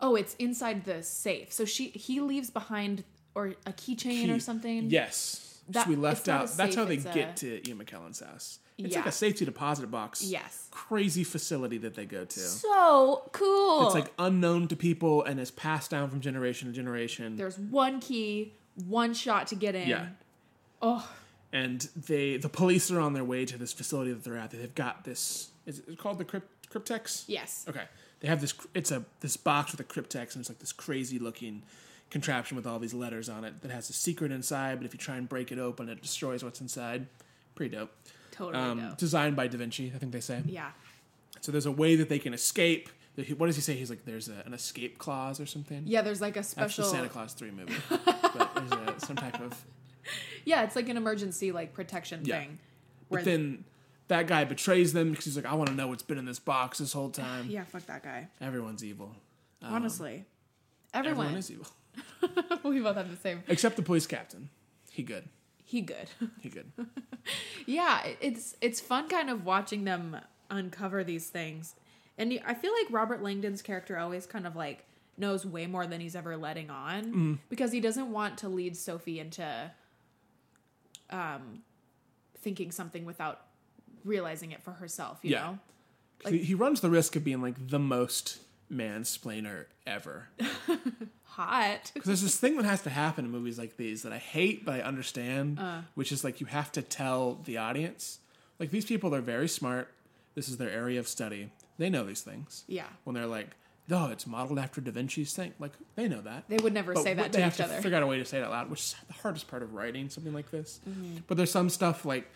[SPEAKER 1] Oh, it's inside the safe. So she he leaves behind or a keychain or
[SPEAKER 2] key?
[SPEAKER 1] something.
[SPEAKER 2] Yes.
[SPEAKER 1] That-
[SPEAKER 2] so we
[SPEAKER 1] it's
[SPEAKER 2] left
[SPEAKER 1] not
[SPEAKER 2] out.
[SPEAKER 1] a
[SPEAKER 2] That's how they
[SPEAKER 1] safe, it's
[SPEAKER 2] get
[SPEAKER 1] a-
[SPEAKER 2] to Ian McKellen's house. It's like
[SPEAKER 1] Yeah.
[SPEAKER 2] a safety deposit box.
[SPEAKER 1] Yes.
[SPEAKER 2] Crazy facility that they go to.
[SPEAKER 1] So cool.
[SPEAKER 2] It's like unknown to people and is passed down from generation to generation.
[SPEAKER 1] there's one key, one shot to get in.
[SPEAKER 2] yeah.
[SPEAKER 1] Oh,
[SPEAKER 2] And they the police are on their way to this facility that they're at. They've got this is it called the crypt, cryptex?
[SPEAKER 1] yes.
[SPEAKER 2] Okay. They have this cr- it's a this box with a cryptex and it's like this crazy looking contraption with all these letters on it that has a secret inside, but if you try and break it open it destroys what's inside. Pretty dope.
[SPEAKER 1] Totally
[SPEAKER 2] Um,
[SPEAKER 1] dope.
[SPEAKER 2] designed by Da Vinci, I think they say.
[SPEAKER 1] yeah.
[SPEAKER 2] So there's a way that they can escape. What does he say? He's like, there's a, an escape clause or something.
[SPEAKER 1] Yeah, there's like a
[SPEAKER 2] That's the
[SPEAKER 1] special
[SPEAKER 2] Santa Claus 3 movie. but there's a, some type
[SPEAKER 1] (laughs)
[SPEAKER 2] of.
[SPEAKER 1] Yeah, it's like an emergency like protection
[SPEAKER 2] Yeah.
[SPEAKER 1] thing.
[SPEAKER 2] But then that guy betrays them because he's like, I want to know what's been in this box this whole time.
[SPEAKER 1] (laughs) Yeah, fuck that guy.
[SPEAKER 2] Everyone's evil.
[SPEAKER 1] Honestly.
[SPEAKER 2] Um, Everyone.
[SPEAKER 1] Everyone,
[SPEAKER 2] is evil.
[SPEAKER 1] (laughs) we both have the same.
[SPEAKER 2] Except the police captain. He good.
[SPEAKER 1] He good. (laughs)
[SPEAKER 2] He good.
[SPEAKER 1] yeah it- it's it's fun kind of watching them uncover these things and you- i feel like robert langdon's character always kind of like knows way more than he's ever letting on
[SPEAKER 2] Mm.
[SPEAKER 1] because he doesn't want to lead sophie into um thinking something without realizing it for herself you
[SPEAKER 2] Yeah.
[SPEAKER 1] know
[SPEAKER 2] he, he runs the risk of being like the most mansplainer ever. Because
[SPEAKER 1] hot
[SPEAKER 2] there's this thing that has to happen in
[SPEAKER 1] Uh.
[SPEAKER 2] movies like these that I hate, but I understand, which is like you have to tell the audience Like these people are very smart. This is their area of study. They know these things.
[SPEAKER 1] Yeah.
[SPEAKER 2] When they're like, "Oh, it's modeled after Da Vinci's thing," like they know that.
[SPEAKER 1] They would never
[SPEAKER 2] But
[SPEAKER 1] say
[SPEAKER 2] what-
[SPEAKER 1] that
[SPEAKER 2] they
[SPEAKER 1] to
[SPEAKER 2] have
[SPEAKER 1] each
[SPEAKER 2] to
[SPEAKER 1] other.
[SPEAKER 2] Figure out a way to say it out loud, which is the hardest part of writing something like this.
[SPEAKER 1] Mm-hmm.
[SPEAKER 2] But there's some stuff like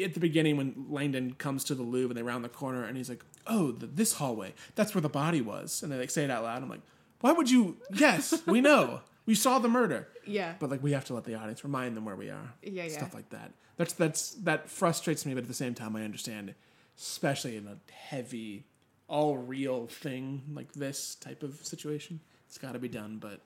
[SPEAKER 2] at the beginning when Langdon comes to the Louvre and they round the corner and he's like, "Oh, the, this hallway. That's where the body was." And they like say it out loud. I'm like, "Why would you? Yes, we know. We saw the murder."
[SPEAKER 1] (laughs) yeah.
[SPEAKER 2] But like we have to let the audience remind them where we are.
[SPEAKER 1] Yeah, yeah.
[SPEAKER 2] Stuff like that. That's that's that frustrates me, but at the same time I understand, especially in a heavy, all real thing like this type of situation. It's gotta be done, but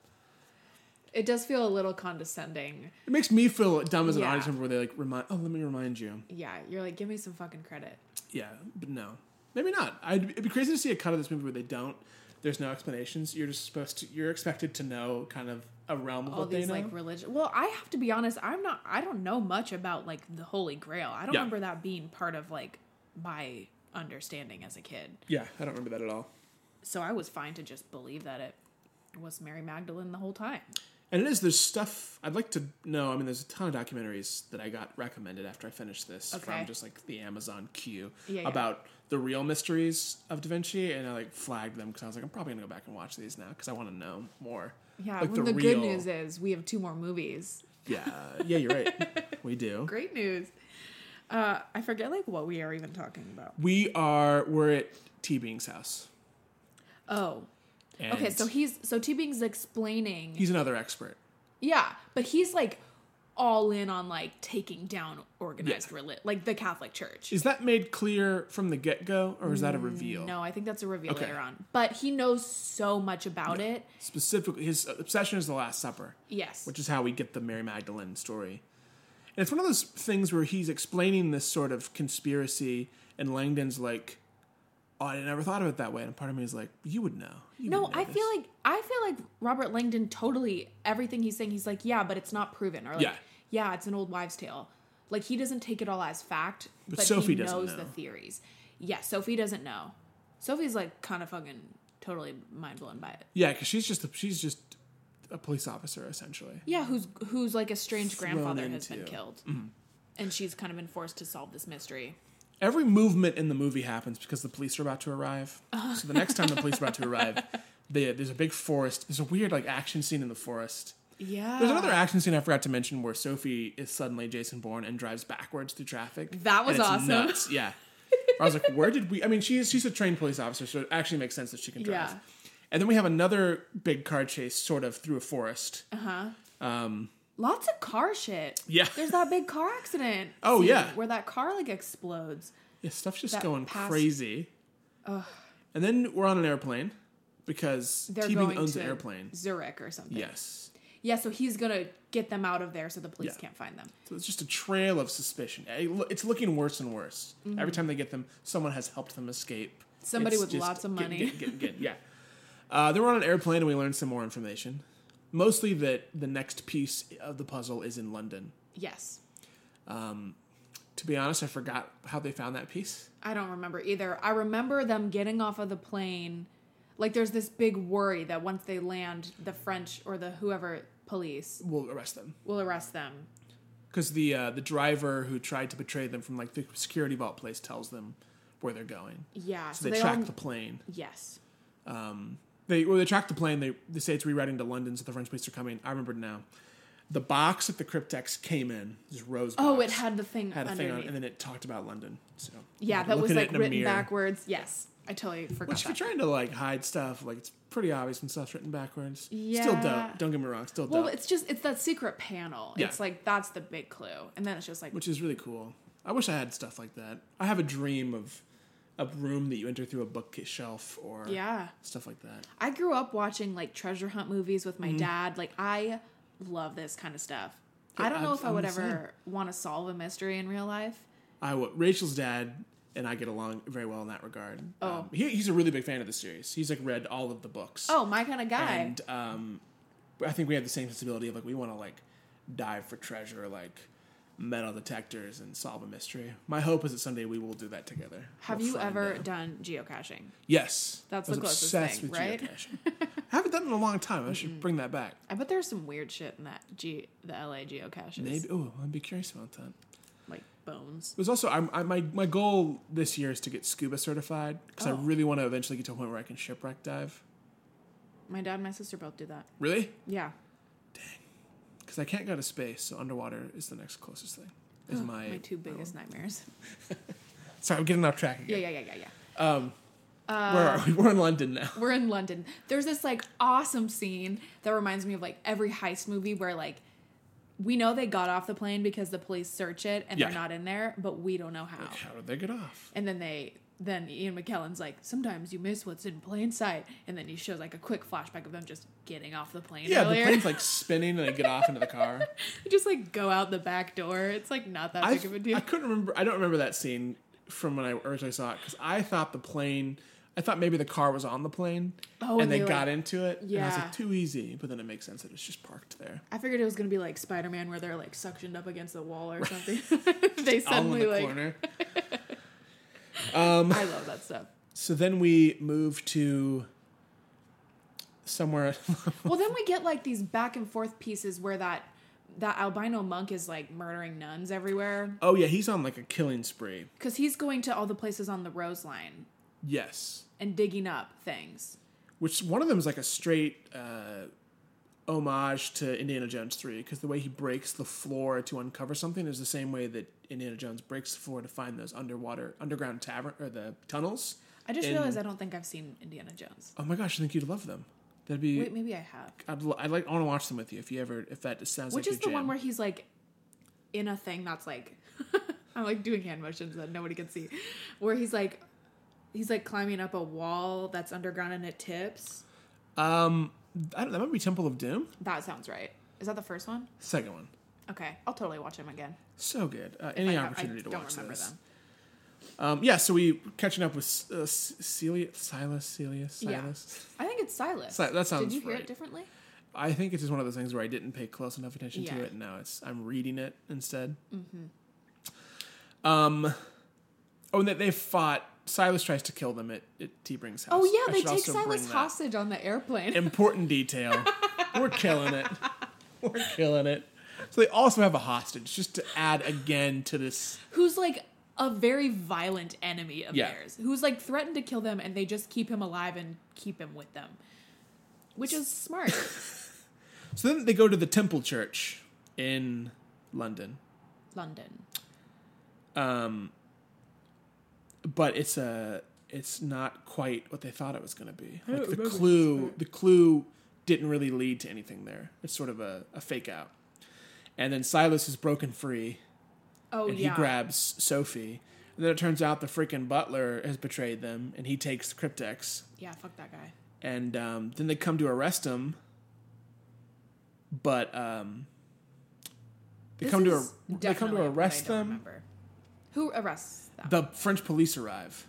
[SPEAKER 1] it does feel a little condescending.
[SPEAKER 2] it makes me feel dumb as an
[SPEAKER 1] Yeah.
[SPEAKER 2] audience member where they like remind oh, let me remind you.
[SPEAKER 1] Yeah. You're like, give me some fucking credit.
[SPEAKER 2] Yeah, but no. Maybe not. I'd, it'd be crazy to see a cut of this movie where they don't. There's no explanations. You're just supposed to. You're expected to know kind of a realm of
[SPEAKER 1] All
[SPEAKER 2] what
[SPEAKER 1] these
[SPEAKER 2] they know.
[SPEAKER 1] like religion. Well, I have to be honest. I'm not. I don't know much about like the Holy Grail. I don't
[SPEAKER 2] Yeah.
[SPEAKER 1] remember that being part of like my understanding as a kid.
[SPEAKER 2] yeah, I don't remember that at all.
[SPEAKER 1] So I was fine to just believe that it was Mary Magdalene the whole time.
[SPEAKER 2] And it is. There's stuff I'd like to know. I mean, there's a ton of documentaries that I got recommended after I finished this
[SPEAKER 1] Okay.
[SPEAKER 2] from just like the Amazon queue
[SPEAKER 1] Yeah, yeah.
[SPEAKER 2] about the real mysteries of Da Vinci, and I like flagged them because I was like, I'm probably gonna go back and watch these now because I want to know more.
[SPEAKER 1] Yeah.
[SPEAKER 2] like
[SPEAKER 1] when the, good news is we have two more movies.
[SPEAKER 2] Yeah, yeah, you're
[SPEAKER 1] (laughs)
[SPEAKER 2] right. we do.
[SPEAKER 1] Great news. Uh, I forget like what we are even talking about.
[SPEAKER 2] We are. We're at T Being's house.
[SPEAKER 1] Oh,
[SPEAKER 2] And
[SPEAKER 1] okay. So he's so T Bing's explaining.
[SPEAKER 2] he's another expert.
[SPEAKER 1] yeah, but he's like all in on like taking down organized reli- like the Catholic Church.
[SPEAKER 2] Is that made clear from the get go, or is that a reveal?
[SPEAKER 1] Mm, No, I think that's a reveal
[SPEAKER 2] Okay.
[SPEAKER 1] later on. But he knows so much about it.
[SPEAKER 2] Specifically, his obsession is the Last Supper,
[SPEAKER 1] Yes.
[SPEAKER 2] which is how we get the Mary Magdalene story. And it's one of those things where he's explaining this sort of conspiracy, and Langdon's like, "Oh, I never thought of it that way." And part of me is like, "You would know." You
[SPEAKER 1] no,
[SPEAKER 2] would know
[SPEAKER 1] I
[SPEAKER 2] this."
[SPEAKER 1] feel like I feel like Robert Langdon totally everything he's saying he's like, "Yeah, but it's not proven." Or like, "Yeah,
[SPEAKER 2] Yeah.
[SPEAKER 1] it's an old wives' tale." Like he doesn't take it all as fact, but, he
[SPEAKER 2] Sophie doesn't
[SPEAKER 1] knows the
[SPEAKER 2] know.
[SPEAKER 1] theories. Yeah, Sophie doesn't know. Sophie's like kind of fucking totally mind blown by it.
[SPEAKER 2] yeah, because she's just a, she's just a police officer essentially.
[SPEAKER 1] Yeah, who's who's like estranged
[SPEAKER 2] Thrown
[SPEAKER 1] grandfather has been
[SPEAKER 2] into- Mm-hmm.
[SPEAKER 1] killed, and she's kind of been forced to solve this mystery.
[SPEAKER 2] Every movement in the movie happens because the police are about to arrive. So the next time the police are about to arrive, (laughs) they, there's a big forest. There's a weird like action scene in the forest.
[SPEAKER 1] Yeah,
[SPEAKER 2] There's another action scene I forgot to mention where Sophie is suddenly Jason Bourne and drives backwards through traffic.
[SPEAKER 1] That was
[SPEAKER 2] And it's
[SPEAKER 1] awesome.
[SPEAKER 2] Nuts. Yeah. I was like, where did we? I mean, she's she's a trained police officer, so it actually makes sense that she can drive.
[SPEAKER 1] Yeah.
[SPEAKER 2] And then we have another big car chase, sort of through a forest.
[SPEAKER 1] Lots of car shit.
[SPEAKER 2] Yeah.
[SPEAKER 1] There's that big car accident.
[SPEAKER 2] (laughs) Oh,
[SPEAKER 1] scene
[SPEAKER 2] yeah.
[SPEAKER 1] Where that car like explodes.
[SPEAKER 2] Yeah, stuff's just
[SPEAKER 1] That
[SPEAKER 2] going
[SPEAKER 1] past-
[SPEAKER 2] crazy. And then we're on an airplane because
[SPEAKER 1] They're
[SPEAKER 2] T Bing
[SPEAKER 1] going
[SPEAKER 2] owns
[SPEAKER 1] to
[SPEAKER 2] an airplane.
[SPEAKER 1] Zurich or something.
[SPEAKER 2] Yes.
[SPEAKER 1] Yeah, so he's gonna get them out of there so the police
[SPEAKER 2] Yeah.
[SPEAKER 1] can't find them.
[SPEAKER 2] So it's just a trail of suspicion. Eh, lo- It's looking worse and worse. Every time they get them, someone has helped them escape.
[SPEAKER 1] Mm-hmm. Somebody
[SPEAKER 2] It's
[SPEAKER 1] with
[SPEAKER 2] just
[SPEAKER 1] lots of
[SPEAKER 2] getting-
[SPEAKER 1] money.
[SPEAKER 2] getting- getting- getting- yeah. Uh, they were on an airplane and we learned some more information. Mostly that the next piece of the puzzle is in London.
[SPEAKER 1] Yes.
[SPEAKER 2] To be honest, I forgot how they found that piece.
[SPEAKER 1] I don't remember either. I remember them getting off of the plane. Like there's this big worry that once they land, the French or the whoever police
[SPEAKER 2] We'll arrest them
[SPEAKER 1] will arrest them.
[SPEAKER 2] because the uh, the driver who tried to betray them from like the security vault place tells them where they're going.
[SPEAKER 1] Yeah.
[SPEAKER 2] So they, track
[SPEAKER 1] all-
[SPEAKER 2] the plane.
[SPEAKER 1] Yes.
[SPEAKER 2] They well, they track the plane. They they say it's rerouting to London, so the French police are coming. I remembered now. The box at the cryptex came in. This rose.
[SPEAKER 1] Oh,
[SPEAKER 2] box,
[SPEAKER 1] it had the thing
[SPEAKER 2] had a
[SPEAKER 1] underneath.
[SPEAKER 2] thing on, it, and then it talked about London. So
[SPEAKER 1] yeah,
[SPEAKER 2] I'm
[SPEAKER 1] that was
[SPEAKER 2] looking at
[SPEAKER 1] like
[SPEAKER 2] it in a
[SPEAKER 1] written
[SPEAKER 2] mirror.
[SPEAKER 1] backwards. Yes. I totally forgot.
[SPEAKER 2] Which if you're
[SPEAKER 1] that.
[SPEAKER 2] trying to like hide stuff, like it's pretty obvious when stuff's written backwards. Still
[SPEAKER 1] Yeah.
[SPEAKER 2] dope. Don't get me wrong. Still
[SPEAKER 1] Well,
[SPEAKER 2] dope.
[SPEAKER 1] it's just it's that secret panel.
[SPEAKER 2] Yeah.
[SPEAKER 1] It's like that's the big clue, and then it's just like
[SPEAKER 2] which is really cool. I wish I had stuff like that. I have a dream of a room that you enter through a bookshelf or
[SPEAKER 1] yeah.
[SPEAKER 2] stuff like that.
[SPEAKER 1] I grew up watching like treasure hunt movies with my
[SPEAKER 2] Mm-hmm.
[SPEAKER 1] dad. Like I love this kind of stuff. I
[SPEAKER 2] Yeah,
[SPEAKER 1] don't know
[SPEAKER 2] I'm-
[SPEAKER 1] if i
[SPEAKER 2] I'm
[SPEAKER 1] would
[SPEAKER 2] the
[SPEAKER 1] ever want to solve a mystery in real life.
[SPEAKER 2] I wa- Rachel's dad and I get along very well in that regard.
[SPEAKER 1] Oh.
[SPEAKER 2] Um, he, he's a really big fan of the series. He's like read all of the books.
[SPEAKER 1] Oh, my kind of guy.
[SPEAKER 2] and um, I think we have the same sensibility of like we want to like dive for treasure, like metal detectors, and solve a mystery. My hope is that someday we will do that together.
[SPEAKER 1] Have
[SPEAKER 2] We'll
[SPEAKER 1] you
[SPEAKER 2] find
[SPEAKER 1] ever
[SPEAKER 2] out.
[SPEAKER 1] done geocaching?
[SPEAKER 2] Yes,
[SPEAKER 1] That's
[SPEAKER 2] I was
[SPEAKER 1] the closest
[SPEAKER 2] obsessed
[SPEAKER 1] thing,
[SPEAKER 2] with
[SPEAKER 1] right?
[SPEAKER 2] geocaching. I haven't done it in a long time. I should bring that back.
[SPEAKER 1] I bet there's some weird shit in that G the LA geocaches.
[SPEAKER 2] Maybe. Oh, I'd be curious about that.
[SPEAKER 1] Like bones.
[SPEAKER 2] There's also I'm, I, my my goal this year is to get scuba certified because
[SPEAKER 1] Oh.
[SPEAKER 2] I really want to eventually get to a point where I can shipwreck dive.
[SPEAKER 1] My dad and my sister both do that.
[SPEAKER 2] Really?
[SPEAKER 1] Yeah.
[SPEAKER 2] Because I can't go to space, so underwater is the next closest thing. Is my,
[SPEAKER 1] My two biggest
[SPEAKER 2] oh.
[SPEAKER 1] nightmares.
[SPEAKER 2] sorry? I'm getting off track
[SPEAKER 1] Yeah,
[SPEAKER 2] again.
[SPEAKER 1] yeah, yeah, yeah, yeah.
[SPEAKER 2] Where are we? (laughs) We're in London now.
[SPEAKER 1] We're in London.
[SPEAKER 4] London. There's this like awesome scene that reminds me of like every heist movie where like we know they got off the plane because the police search it and
[SPEAKER 2] Yeah.
[SPEAKER 4] they're not in there, but we don't know how.
[SPEAKER 2] How did they get off?
[SPEAKER 4] And then they then Ian McKellen's like, sometimes you miss what's in plain sight, and then he shows like a quick flashback of them just getting off the plane
[SPEAKER 2] Yeah,
[SPEAKER 4] earlier.
[SPEAKER 2] the plane's like spinning and they get off into the car.
[SPEAKER 4] (laughs) just like go out the back door. It's like not that
[SPEAKER 2] I,
[SPEAKER 4] big of a deal.
[SPEAKER 2] I couldn't remember. I don't remember that scene from when I originally saw it because I thought the plane. I thought maybe the car was on the plane
[SPEAKER 1] Oh,
[SPEAKER 2] and
[SPEAKER 1] and
[SPEAKER 2] they,
[SPEAKER 1] they,
[SPEAKER 2] got
[SPEAKER 1] like-
[SPEAKER 2] into it. And I
[SPEAKER 1] Yeah.
[SPEAKER 2] was like, too easy. But then it makes sense that it's just parked there.
[SPEAKER 1] I figured it was gonna be like Spider Man, where they're like suctioned up against the wall
[SPEAKER 2] (laughs)
[SPEAKER 1] or something. they
[SPEAKER 2] All in
[SPEAKER 1] suddenly
[SPEAKER 2] the
[SPEAKER 1] like.
[SPEAKER 2] corner.
[SPEAKER 1] I love that stuff.
[SPEAKER 2] So then we move to somewhere. (laughs)
[SPEAKER 1] Well, then we get like these back and forth pieces where that that albino monk is like murdering nuns everywhere
[SPEAKER 2] oh, yeah, he's on like a killing spree.
[SPEAKER 1] because he's going to all the places on the Rose Line
[SPEAKER 2] Yes.
[SPEAKER 1] and digging up things.
[SPEAKER 2] Which one of them is like a straight uh, homage to Indiana Jones 3 because the way he breaks the floor to uncover something is the same way that Indiana Jones breaks the floor to find those underwater, underground tavern or the tunnels.
[SPEAKER 1] I just
[SPEAKER 2] in-
[SPEAKER 1] realized I don't think I've seen Indiana Jones.
[SPEAKER 2] Oh my gosh, I think you'd love them. That'd be.
[SPEAKER 1] Wait, maybe I have.
[SPEAKER 2] I'd, li- I'd like. I want to watch them with you if you ever. If that sounds
[SPEAKER 1] Which
[SPEAKER 2] like
[SPEAKER 1] is the
[SPEAKER 2] your
[SPEAKER 1] one
[SPEAKER 2] jam.
[SPEAKER 1] where he's like in a thing that's like (laughs) I'm like doing hand motions that nobody can see. Where he's like he's like climbing up a wall that's underground and it tips.
[SPEAKER 2] Um, I don't, that might be Temple of Doom.
[SPEAKER 1] That sounds right. Is that the first one?
[SPEAKER 2] Second one.
[SPEAKER 1] Okay, I'll totally watch him again.
[SPEAKER 2] So good. Uh, any
[SPEAKER 1] I- I
[SPEAKER 2] opportunity to
[SPEAKER 1] don't
[SPEAKER 2] watch
[SPEAKER 1] remember
[SPEAKER 2] this.
[SPEAKER 1] them.
[SPEAKER 2] Um, yeah, so we catching up with uh, S- Celia, Silas, Celia,
[SPEAKER 1] Yeah.
[SPEAKER 2] Silas.
[SPEAKER 1] I think it's Silas.
[SPEAKER 2] Si- that sounds
[SPEAKER 1] Did you hear
[SPEAKER 2] right.
[SPEAKER 1] it differently?
[SPEAKER 2] I think it's just one of those things where I didn't pay close enough attention
[SPEAKER 1] Yeah.
[SPEAKER 2] to it, and now it's I'm reading it instead. Mm-hmm. Um, oh, and that they fought. Silas tries to kill them at, at T-Bring's house.
[SPEAKER 1] Oh
[SPEAKER 2] I
[SPEAKER 1] yeah, they
[SPEAKER 2] should
[SPEAKER 1] take
[SPEAKER 2] also bring
[SPEAKER 1] Silas
[SPEAKER 2] that.
[SPEAKER 1] hostage on the airplane.
[SPEAKER 2] Important detail. We're killing it. We're killing it. So they also have a hostage, just to add again to this.
[SPEAKER 1] (laughs) who's like a very violent enemy of
[SPEAKER 2] Yeah.
[SPEAKER 1] theirs, who's like threatened to kill them, and they just keep him alive and keep him with them, which is
[SPEAKER 2] (laughs)
[SPEAKER 1] smart.
[SPEAKER 2] So then they go to the Temple Church in London.
[SPEAKER 1] London.
[SPEAKER 2] but it's a it's not quite what they thought it was going to be. Like the
[SPEAKER 1] remember.
[SPEAKER 2] clue, the clue didn't really lead to anything there. It's sort of a, a fake out. And then Silas is broken free,
[SPEAKER 1] Oh
[SPEAKER 2] and
[SPEAKER 1] yeah.
[SPEAKER 2] he grabs Sophie. And then it turns out the freaking butler has betrayed them, and he takes Cryptex.
[SPEAKER 1] yeah, fuck that guy.
[SPEAKER 2] And um, then they come to arrest him, but um, they come to
[SPEAKER 1] is
[SPEAKER 2] ar- they come
[SPEAKER 1] definitely
[SPEAKER 2] to
[SPEAKER 1] what I
[SPEAKER 2] arrest
[SPEAKER 1] don't
[SPEAKER 2] them.
[SPEAKER 1] remember. Who arrests them?
[SPEAKER 2] The French police arrive,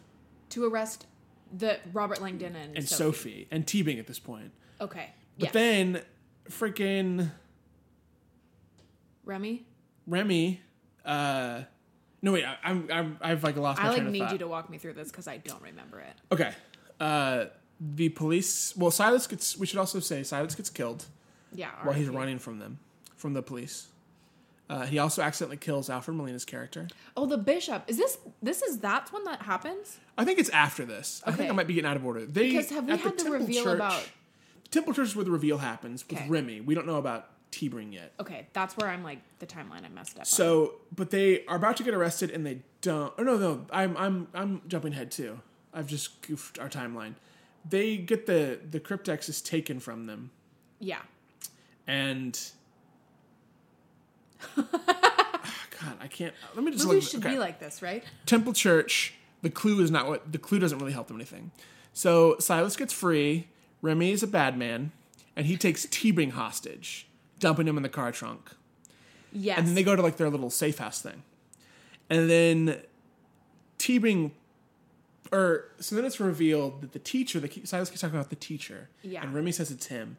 [SPEAKER 1] to arrest the Robert Langdon and,
[SPEAKER 2] and
[SPEAKER 1] Sophie.
[SPEAKER 2] Sophie and Teabing at this point.
[SPEAKER 1] Okay.
[SPEAKER 2] But
[SPEAKER 1] yes.
[SPEAKER 2] then freaking
[SPEAKER 1] Remy,
[SPEAKER 2] Remy uh no wait, I, I'm I'm I've like lost my
[SPEAKER 1] I like
[SPEAKER 2] train of
[SPEAKER 1] need
[SPEAKER 2] thought.
[SPEAKER 1] you to walk me through this because I don't remember it.
[SPEAKER 2] Okay. Uh the police well Silas gets we should also say Silas gets killed
[SPEAKER 1] Yeah.
[SPEAKER 2] while he's
[SPEAKER 1] RIP.
[SPEAKER 2] running from them from the police. Uh, he also accidentally kills Alfred Molina's character.
[SPEAKER 1] Oh, the bishop. Is this this is that's when that happens?
[SPEAKER 2] I think it's after this. I think I
[SPEAKER 1] Okay.
[SPEAKER 2] might be getting out of order. They,
[SPEAKER 1] Because have we
[SPEAKER 2] at
[SPEAKER 1] had the
[SPEAKER 2] Temple
[SPEAKER 1] reveal about-
[SPEAKER 2] Temple Church is where the reveal happens with
[SPEAKER 1] Okay.
[SPEAKER 2] Remy. We don't know about T-Bring yet.
[SPEAKER 1] Okay, that's where I'm like the timeline I messed up. on.
[SPEAKER 2] So, but they are about to get arrested, and they don't. Oh no, no, I'm I'm I'm jumping ahead too. I've just goofed our timeline. They get the the cryptex is taken from them,
[SPEAKER 1] yeah. (laughs)
[SPEAKER 2] and Ah, God, I can't. Let me just
[SPEAKER 1] Movies
[SPEAKER 2] look.
[SPEAKER 1] should
[SPEAKER 2] okay.
[SPEAKER 1] be like this, right?
[SPEAKER 2] Temple Church. The clue is not what the clue doesn't really help them anything. So Silas gets free. Remy is a bad man, and he takes T-Bing hostage, dumping him in the car trunk.
[SPEAKER 1] Yes.
[SPEAKER 2] And then they go to like their little safe house thing. And then Teabing or so then it's revealed that the teacher, the Silas keeps talking about the teacher.
[SPEAKER 1] Yeah.
[SPEAKER 2] And Remy says it's him.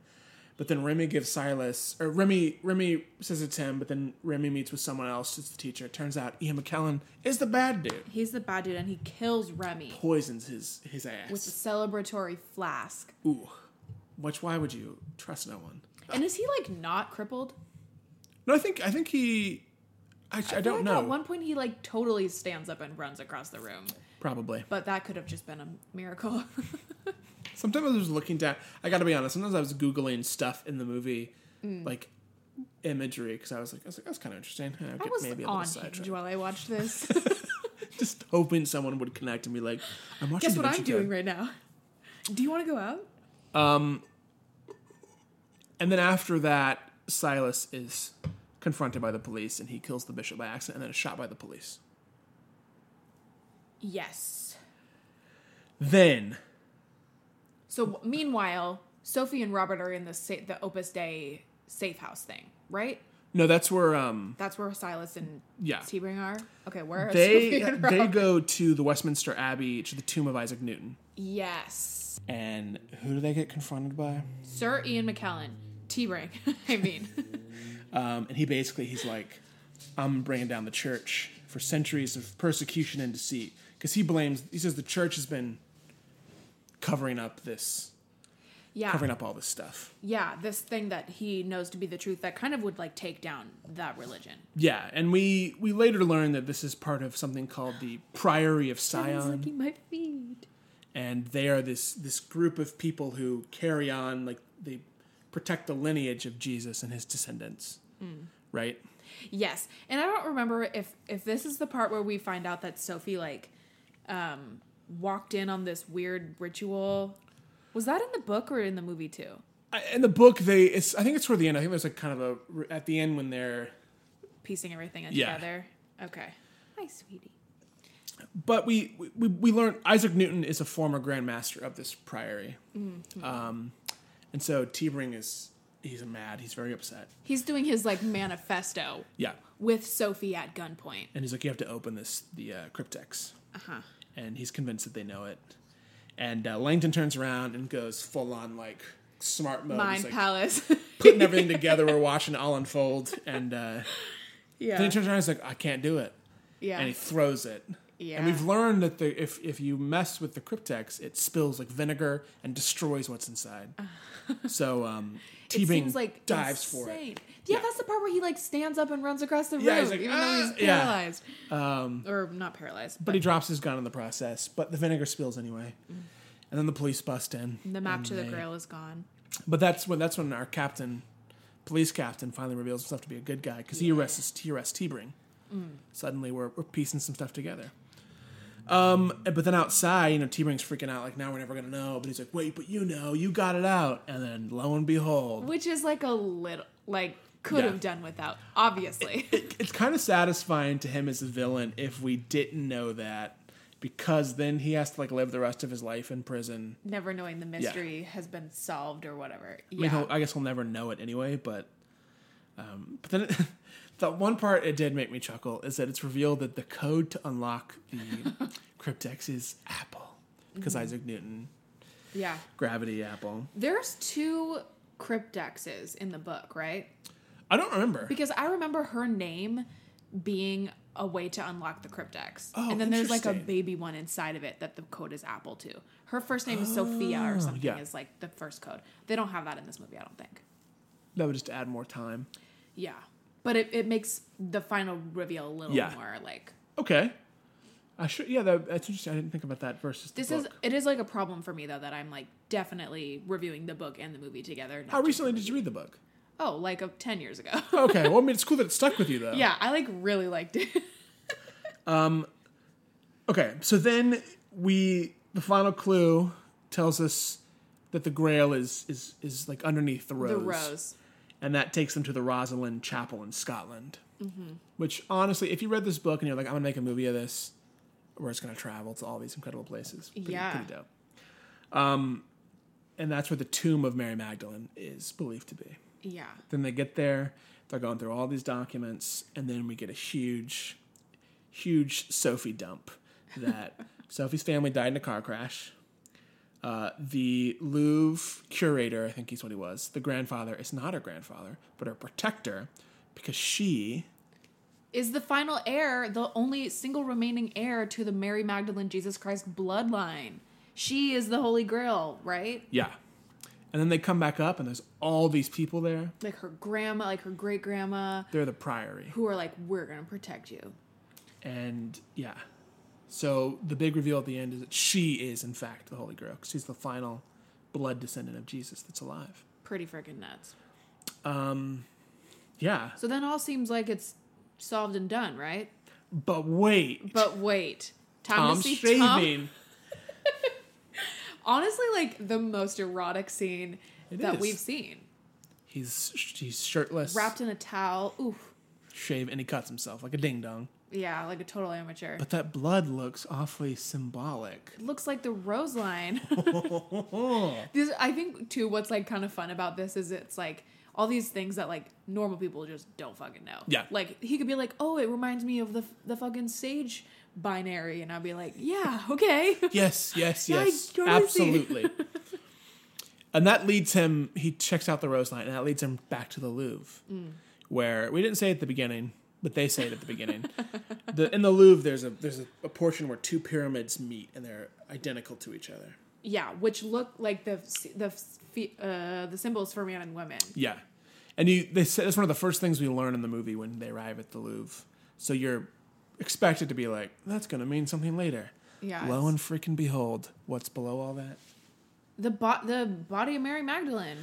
[SPEAKER 2] But then Remy gives Silas or Remy Remy says it's him, but then Remy meets with someone else, it's the teacher. It turns out Ian McKellen is the bad dude.
[SPEAKER 1] He's the bad dude, and he kills Remy
[SPEAKER 2] Poisons his his
[SPEAKER 1] with a
[SPEAKER 2] ass.
[SPEAKER 1] celebratory flask.
[SPEAKER 2] Ooh. Which why would you trust no one?
[SPEAKER 1] And is he like not crippled?
[SPEAKER 2] No, I think I think he I, I
[SPEAKER 1] feel
[SPEAKER 2] don't
[SPEAKER 1] like
[SPEAKER 2] know.
[SPEAKER 1] At one point, he like totally stands up and runs across the room,
[SPEAKER 2] Probably.
[SPEAKER 1] but that could have just been a
[SPEAKER 2] (laughs)
[SPEAKER 1] miracle.
[SPEAKER 2] Sometimes I was looking down. I got to be honest. Sometimes I was googling stuff in the movie,
[SPEAKER 1] Mm.
[SPEAKER 2] like imagery, because I was like, I was like, that's kind of interesting. I,
[SPEAKER 1] I
[SPEAKER 2] could
[SPEAKER 1] was
[SPEAKER 2] maybe a little
[SPEAKER 1] on
[SPEAKER 2] sidetracked.
[SPEAKER 1] Hinge while I watched this.
[SPEAKER 2] (laughs) Just hoping someone would connect and be like, I'm watching.
[SPEAKER 1] Guess
[SPEAKER 2] Da
[SPEAKER 1] what I'm
[SPEAKER 2] Vinci
[SPEAKER 1] doing
[SPEAKER 2] Code.
[SPEAKER 1] right now? Do you want to go out?
[SPEAKER 2] And then after that, Silas is confronted by the police, and he kills the bishop by accident, and then is shot by the police.
[SPEAKER 1] Yes.
[SPEAKER 2] Then
[SPEAKER 1] So w- meanwhile, Sophie and Robert are in the sa- the Opus Day safe house thing, right?
[SPEAKER 2] no, that's where um
[SPEAKER 1] That's where Silas and
[SPEAKER 2] yeah
[SPEAKER 1] Sebring are. Okay, where are (laughs)
[SPEAKER 2] they
[SPEAKER 1] Sophie and
[SPEAKER 2] they
[SPEAKER 1] Robert?
[SPEAKER 2] go to the Westminster Abbey to the tomb of Isaac Newton,
[SPEAKER 1] Yes,
[SPEAKER 2] and who do they get confronted by?
[SPEAKER 1] Sir Ian McKellen, Sebring. (laughs) I
[SPEAKER 2] (laughs)
[SPEAKER 1] mean,
[SPEAKER 2] Um, and he basically he's like, I'm bringing down the church for centuries of persecution and deceit because he blames he says the church has been covering up this
[SPEAKER 1] yeah,
[SPEAKER 2] covering up all this stuff.
[SPEAKER 1] yeah. This thing that he knows to be the truth that kind of would like take down that religion.
[SPEAKER 2] Yeah, and we we later learn that this is part of something called the Priory of Sion,
[SPEAKER 1] my feet.
[SPEAKER 2] and they are this this group of people who carry on like they protect the lineage of Jesus and his descendants, right?
[SPEAKER 1] Yes, and I don't remember if if this is the part where we find out that Sophie like um walked in on this weird ritual. Was that in the book or in the movie too?
[SPEAKER 2] I- In the book, they it's I think it's toward the end. I think there's like kind of a at the end when they're
[SPEAKER 1] Piecing everything
[SPEAKER 2] Yeah.
[SPEAKER 1] together. Okay. Hi, sweetie.
[SPEAKER 2] but we we, we learned Isaac Newton is a former Grand Master of this priory, um,
[SPEAKER 1] Mm-hmm.
[SPEAKER 2] and so Sebring is he's mad, he's very upset.
[SPEAKER 1] He's doing his like manifesto
[SPEAKER 2] Yeah,
[SPEAKER 1] with Sophie at gunpoint.
[SPEAKER 2] and he's like, you have to open this the uh, cryptex,
[SPEAKER 1] Uh huh.
[SPEAKER 2] and he's convinced that they know it. And uh, Langton turns around and goes full on like smart mode, He's,
[SPEAKER 1] Mind
[SPEAKER 2] like,
[SPEAKER 1] palace. (laughs)
[SPEAKER 2] putting everything together. We're watching it all unfold, and uh, then
[SPEAKER 1] (laughs) yeah.
[SPEAKER 2] he turns around and he's like, I can't do it, and
[SPEAKER 1] Yeah.
[SPEAKER 2] he throws it.
[SPEAKER 1] Yeah.
[SPEAKER 2] And we've learned that the, if if you mess with the cryptex, it spills like vinegar and destroys
[SPEAKER 1] (laughs)
[SPEAKER 2] what's inside. so um,
[SPEAKER 1] It
[SPEAKER 2] T-Bing
[SPEAKER 1] seems like
[SPEAKER 2] dives for it.
[SPEAKER 1] insane. Yeah,
[SPEAKER 2] Yeah.
[SPEAKER 1] that's the part where he like stands up and runs across the room,
[SPEAKER 2] Yeah, he's like,
[SPEAKER 1] even though he's
[SPEAKER 2] "Ah," yeah.
[SPEAKER 1] paralyzed. Um, or not paralyzed,
[SPEAKER 2] But he drops his gun in the process, but the vinegar spills anyway. And then the police bust in.
[SPEAKER 1] Mm. The map
[SPEAKER 2] and
[SPEAKER 1] to the
[SPEAKER 2] they-
[SPEAKER 1] grail is gone.
[SPEAKER 2] But that's when that's when our captain, police captain, finally reveals himself to be a good guy because he arrests he arrests T-Bring. Suddenly we're, we're piecing some stuff together. Um, but then outside, you know, T-Bring's freaking out like now we're never gonna know. But he's like, wait, but you know, you got it out. And then lo and behold,
[SPEAKER 1] Which is like a little like could
[SPEAKER 2] Yeah.
[SPEAKER 1] have done without, obviously.
[SPEAKER 2] (laughs)
[SPEAKER 1] (laughs)
[SPEAKER 2] it's kind of satisfying to him as a villain if we didn't know that because then he has to like live the rest of his life in prison.
[SPEAKER 1] Never knowing the mystery has been solved or whatever.
[SPEAKER 2] I mean,
[SPEAKER 1] Yeah.
[SPEAKER 2] he'll, I guess he'll never know it anyway, but um, but then it, (laughs) the one part it did make me chuckle is that it's revealed that the code to unlock
[SPEAKER 1] (laughs)
[SPEAKER 2] the cryptex is Apple
[SPEAKER 1] Mm.
[SPEAKER 2] because Isaac Newton
[SPEAKER 1] yeah.
[SPEAKER 2] gravity Apple.
[SPEAKER 1] There's two cryptexes in the book, right?
[SPEAKER 2] I don't remember.
[SPEAKER 1] Because I remember her name being a way to unlock the cryptex.
[SPEAKER 2] Oh,
[SPEAKER 1] and then there's like a
[SPEAKER 2] interesting.
[SPEAKER 1] baby one inside of it that the code is Apple to. Her first name is Sophia or something
[SPEAKER 2] Oh, yeah.
[SPEAKER 1] is like the first code. They don't have that in this movie, I don't think.
[SPEAKER 2] That would just add more time.
[SPEAKER 1] Yeah. But it, it makes the final reveal a little
[SPEAKER 2] Yeah.
[SPEAKER 1] more like
[SPEAKER 2] Okay. I should. Yeah, that, that's interesting. I didn't think about that versus the
[SPEAKER 1] this is
[SPEAKER 2] book.
[SPEAKER 1] it is like a problem for me though that I'm like definitely reviewing the book and the movie together. not
[SPEAKER 2] How
[SPEAKER 1] just-
[SPEAKER 2] recently did you read the book?
[SPEAKER 1] Oh, like of ten years ago.
[SPEAKER 2] (laughs)
[SPEAKER 1] (laughs)
[SPEAKER 2] Okay. Well, I mean, it's cool that it stuck with you though.
[SPEAKER 1] yeah, I like really liked it. (laughs)
[SPEAKER 2] Okay, so then we the final clue tells us that the Grail is is is like underneath the rose,
[SPEAKER 1] the rose.
[SPEAKER 2] and that takes them to the Rosalind Chapel in Scotland.
[SPEAKER 1] Mm-hmm.
[SPEAKER 2] Which honestly, if you read this book and you're like, I'm gonna make a movie of this, we're just gonna travel to all these incredible places. Pretty,
[SPEAKER 1] Yeah.
[SPEAKER 2] pretty dope. Um, and that's where the tomb of Mary Magdalene is believed to be.
[SPEAKER 1] Yeah.
[SPEAKER 2] Then they get there, they're going through all these documents, and then we get a huge, huge Sophie dump that Sophie's family died in a car crash. Uh, the Louvre curator, I think he's what he was, the grandfather is not her grandfather, but her protector, because she,
[SPEAKER 1] Is the final heir the only single remaining heir to the Mary Magdalene Jesus Christ bloodline? She is the Holy Grail, right?
[SPEAKER 2] yeah, And then they come back up, and there's all these people there.
[SPEAKER 1] Like her grandma, like her great grandma,
[SPEAKER 2] They're the Priory,
[SPEAKER 1] who are like, we're gonna protect you.
[SPEAKER 2] and yeah. So the big reveal at the end is that she is, in fact, the Holy Grail. 'cause She's the final blood descendant of Jesus that's alive.
[SPEAKER 1] Pretty freaking nuts.
[SPEAKER 2] Yeah,
[SPEAKER 1] So then all seems like it's solved and done, right?
[SPEAKER 2] but wait,
[SPEAKER 1] But wait, time
[SPEAKER 2] Tom's
[SPEAKER 1] to see Tom.
[SPEAKER 2] shaving.
[SPEAKER 1] Honestly, like the most erotic scene
[SPEAKER 2] It
[SPEAKER 1] that
[SPEAKER 2] is.
[SPEAKER 1] we've seen,
[SPEAKER 2] He's he's shirtless,
[SPEAKER 1] wrapped in a towel. Oof.
[SPEAKER 2] shave, and he cuts himself like a ding dong.
[SPEAKER 1] Yeah, like a total amateur.
[SPEAKER 2] But that blood looks awfully symbolic.
[SPEAKER 1] looks like the rose
[SPEAKER 2] (laughs)
[SPEAKER 1] line. (laughs) These, I think too. What's like kind of fun about this is it's like all these things that like normal people just don't fucking know.
[SPEAKER 2] Yeah.
[SPEAKER 1] Like he could be like, oh, it reminds me of the the fucking sage binary, and I'd be like, yeah, (laughs) okay.
[SPEAKER 2] Yes, yes,
[SPEAKER 1] Yeah, I
[SPEAKER 2] yes,
[SPEAKER 1] totally see.
[SPEAKER 2] absolutely. and that leads him. He checks out the rose line, and that leads him back to the Louvre, where we didn't say it at the beginning, but they say it at the beginning. the, in the Louvre, there's a there's a, a portion where two pyramids meet, and they're identical to each other.
[SPEAKER 1] yeah, which look like the the fe- uh, the symbols for man and women.
[SPEAKER 2] Yeah, and you they said that's one of the first things we learn in the movie when they arrive at the Louvre. So you're expected to be like, that's going to mean something later.
[SPEAKER 1] Yeah,
[SPEAKER 2] Lo
[SPEAKER 1] it's-
[SPEAKER 2] and freaking behold, what's below all that?
[SPEAKER 1] The bo- the body of Mary Magdalene.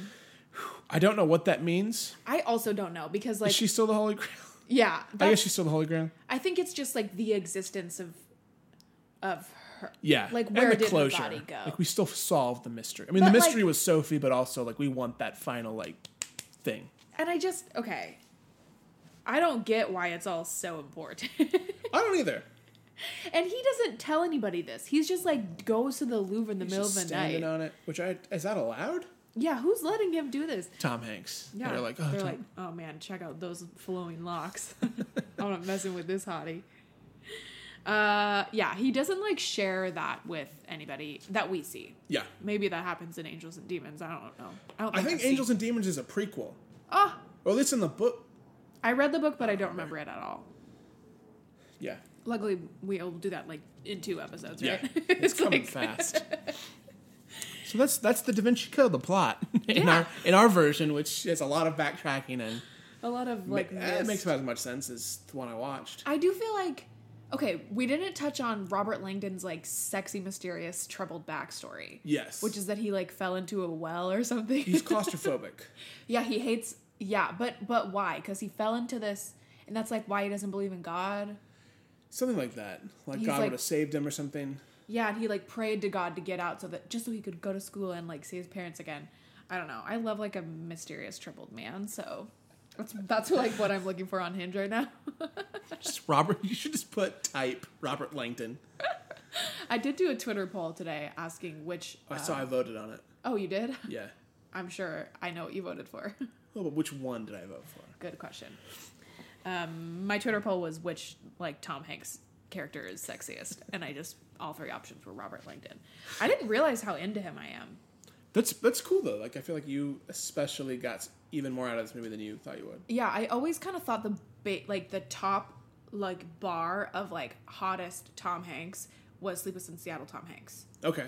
[SPEAKER 2] I don't know what that means.
[SPEAKER 1] I also don't know because like
[SPEAKER 2] Is she still the Holy Grail?
[SPEAKER 1] yeah,
[SPEAKER 2] I guess
[SPEAKER 1] that's-
[SPEAKER 2] she's still the Holy Grail.
[SPEAKER 1] I think it's just like the existence of of her.
[SPEAKER 2] Yeah.
[SPEAKER 1] Like,
[SPEAKER 2] And
[SPEAKER 1] where
[SPEAKER 2] the
[SPEAKER 1] did her body go?
[SPEAKER 2] Like we still solved the mystery. I mean,
[SPEAKER 1] But,
[SPEAKER 2] the mystery
[SPEAKER 1] like-
[SPEAKER 2] was Sophie, but also like we want that final like thing.
[SPEAKER 1] And I just okay. I don't get why it's all so important. (laughs)
[SPEAKER 2] I don't either.
[SPEAKER 1] and he doesn't tell anybody this. He's just like goes to the Louvre in the middle of
[SPEAKER 2] Just
[SPEAKER 1] the night.
[SPEAKER 2] standing on it. Which I is that allowed?
[SPEAKER 1] Yeah, who's letting him do this?
[SPEAKER 2] Tom Hanks.
[SPEAKER 1] Yeah,
[SPEAKER 2] They're like, oh, Tom-
[SPEAKER 1] man, check out those flowing locks. (laughs) I'm not messing with this hottie. Uh, yeah, he doesn't like share that with anybody that we see.
[SPEAKER 2] (laughs) yeah.
[SPEAKER 1] Maybe that happens in Angels and Demons. I don't know. I don't.
[SPEAKER 2] I
[SPEAKER 1] Think
[SPEAKER 2] think Angels and Demons is a prequel,
[SPEAKER 1] Oh,
[SPEAKER 2] or at least in the book.
[SPEAKER 1] I read the book, but I don't remember it at all. (laughs)
[SPEAKER 2] Yeah.
[SPEAKER 1] Luckily, we'll do that like in two episodes,
[SPEAKER 2] Yeah.
[SPEAKER 1] right? (laughs)
[SPEAKER 2] It's coming
[SPEAKER 1] like- (laughs)
[SPEAKER 2] fast. So that's that's the Da Vinci Code, the plot (laughs) in
[SPEAKER 1] Yeah.
[SPEAKER 2] our in our version, which has a lot of backtracking and
[SPEAKER 1] A lot of like
[SPEAKER 2] like it
[SPEAKER 1] mist.
[SPEAKER 2] makes about as much sense as the one I watched.
[SPEAKER 1] I do feel like okay, we didn't touch on Robert Langdon's like sexy, mysterious, troubled backstory.
[SPEAKER 2] Yes,
[SPEAKER 1] Which is that he like fell into a well or something.
[SPEAKER 2] he's claustrophobic.
[SPEAKER 1] (laughs)
[SPEAKER 2] (laughs)
[SPEAKER 1] yeah, he hates yeah, but but why? Because he fell into this and that's like why he doesn't believe in God.
[SPEAKER 2] Something like that. Like
[SPEAKER 1] He's
[SPEAKER 2] God
[SPEAKER 1] like-
[SPEAKER 2] would have saved him or something.
[SPEAKER 1] Yeah, and he like prayed to God to get out so that just so he could go to school and like see his parents again. I don't know. I love like a mysterious troubled man, so that's that's like what I'm looking for on Hinge right now. (laughs)
[SPEAKER 2] Just Robert. (laughs) You should just put type Robert Langdon.
[SPEAKER 1] I did do a Twitter poll today asking which.
[SPEAKER 2] Oh, I
[SPEAKER 1] uh,
[SPEAKER 2] saw I voted on it.
[SPEAKER 1] oh, you did? (laughs)
[SPEAKER 2] Yeah.
[SPEAKER 1] I'm sure I know what you voted for. (laughs)
[SPEAKER 2] Oh, but which one did I vote for?
[SPEAKER 1] Good question. Um, my Twitter poll was which like Tom Hanks character is sexiest, and I just all three options were Robert Langdon. I didn't realize how into him I am.
[SPEAKER 2] That's that's cool though. Like I feel like you especially got even more out of this movie than you thought you would.
[SPEAKER 1] Yeah, I always kind of thought the ba- like the top like bar of like hottest Tom Hanks was Sleepless in Seattle Tom Hanks.
[SPEAKER 2] Okay.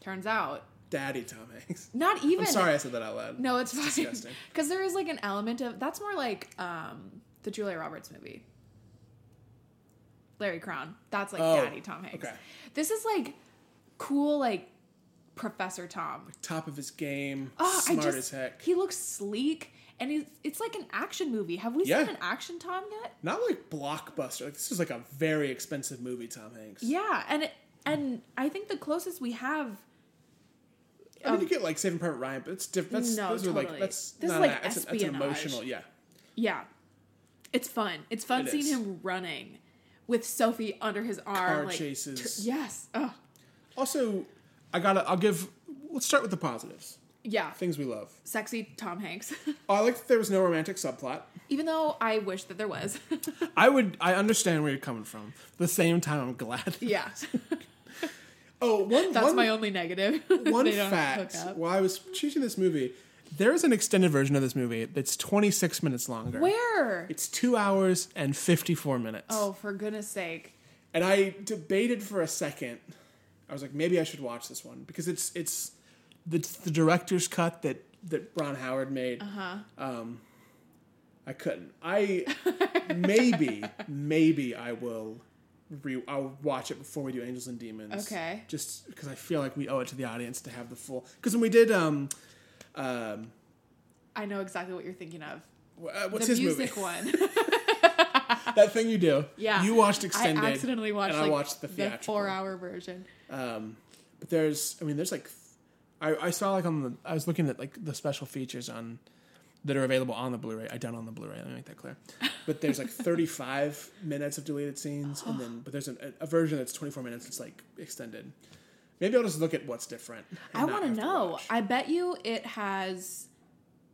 [SPEAKER 1] Turns out,
[SPEAKER 2] Daddy Tom Hanks. (laughs)
[SPEAKER 1] not even.
[SPEAKER 2] I'm sorry I said that out loud.
[SPEAKER 1] No, it's, fine. (laughs)
[SPEAKER 2] disgusting.
[SPEAKER 1] Because there is like an element of that's more like um the Julia Roberts movie, Larry Crown. That's like
[SPEAKER 2] Oh,
[SPEAKER 1] Daddy Tom Hanks.
[SPEAKER 2] okay.
[SPEAKER 1] This is like cool, like Professor Tom.
[SPEAKER 2] Top of his game.
[SPEAKER 1] Oh,
[SPEAKER 2] smart
[SPEAKER 1] I just
[SPEAKER 2] as heck.
[SPEAKER 1] he looks sleek, and he's, it's like an action movie. Have we
[SPEAKER 2] Yeah.
[SPEAKER 1] seen an action Tom yet?
[SPEAKER 2] Not like blockbuster. Like this is like a very expensive movie, Tom Hanks.
[SPEAKER 1] Yeah, and it, and I think the closest we have.
[SPEAKER 2] I mean, you get like Saving Private Ryan, but it's different. That's
[SPEAKER 1] um, No,
[SPEAKER 2] those are like
[SPEAKER 1] totally.
[SPEAKER 2] that's
[SPEAKER 1] This is
[SPEAKER 2] not
[SPEAKER 1] like
[SPEAKER 2] an, that's, an- that's an
[SPEAKER 1] espionage.
[SPEAKER 2] emotional. Yeah,
[SPEAKER 1] Yeah, it's fun. It's fun
[SPEAKER 2] It
[SPEAKER 1] seeing
[SPEAKER 2] is.
[SPEAKER 1] him running with Sophie under his arm.
[SPEAKER 2] car
[SPEAKER 1] like,
[SPEAKER 2] chases.
[SPEAKER 1] Yes. Ugh.
[SPEAKER 2] Also, I gotta. I'll give. Let's start with the positives.
[SPEAKER 1] Yeah.
[SPEAKER 2] Things we love.
[SPEAKER 1] Sexy Tom Hanks. (laughs)
[SPEAKER 2] Oh, I like that there was no romantic subplot.
[SPEAKER 1] Even though I wish that there
[SPEAKER 2] (laughs)
[SPEAKER 1] was.
[SPEAKER 2] I would. I understand where you're coming from. At the same time, I'm glad. (laughs)
[SPEAKER 1] yeah. (laughs)
[SPEAKER 2] Oh, one.
[SPEAKER 1] That's
[SPEAKER 2] one,
[SPEAKER 1] my only negative. (laughs)
[SPEAKER 2] One
[SPEAKER 1] They don't
[SPEAKER 2] fact.
[SPEAKER 1] hook up.
[SPEAKER 2] While I was choosing this movie, there is an extended version of this movie that's 26 minutes longer.
[SPEAKER 1] Where?
[SPEAKER 2] It's two hours and 54 minutes.
[SPEAKER 1] Oh, for goodness sake.
[SPEAKER 2] and I debated for a second. I was like, maybe I should watch this one because it's it's the, the director's cut that that Ron Howard made. Uh-huh. Um, I couldn't. I maybe maybe I will. Re- I'll watch it before we do Angels and Demons.
[SPEAKER 1] Okay.
[SPEAKER 2] Just because I feel like we owe it to the audience to have the full. Because when we did, um, um,
[SPEAKER 1] I know exactly what you're thinking of.
[SPEAKER 2] wh- uh, what's
[SPEAKER 1] the
[SPEAKER 2] his movie?
[SPEAKER 1] music
[SPEAKER 2] (laughs)
[SPEAKER 1] one.
[SPEAKER 2] that thing you do.
[SPEAKER 1] Yeah.
[SPEAKER 2] You watched extended.
[SPEAKER 1] I accidentally watched
[SPEAKER 2] and I
[SPEAKER 1] like,
[SPEAKER 2] watched the
[SPEAKER 1] the
[SPEAKER 2] theatrical.
[SPEAKER 1] four hour version.
[SPEAKER 2] Um, but there's, I mean, there's like, I, I saw like on the, I was looking at like the special features on that are available on the Blu-ray. I don't on the Blu-ray. Let me make that
[SPEAKER 1] (laughs)
[SPEAKER 2] clear. But there's like 35 minutes of deleted scenes, and then but there's an, a version that's 24 minutes. It's like extended. Maybe I'll just look at what's different. and
[SPEAKER 1] I
[SPEAKER 2] not
[SPEAKER 1] want to
[SPEAKER 2] have
[SPEAKER 1] know.
[SPEAKER 2] watch.
[SPEAKER 1] I bet you it has.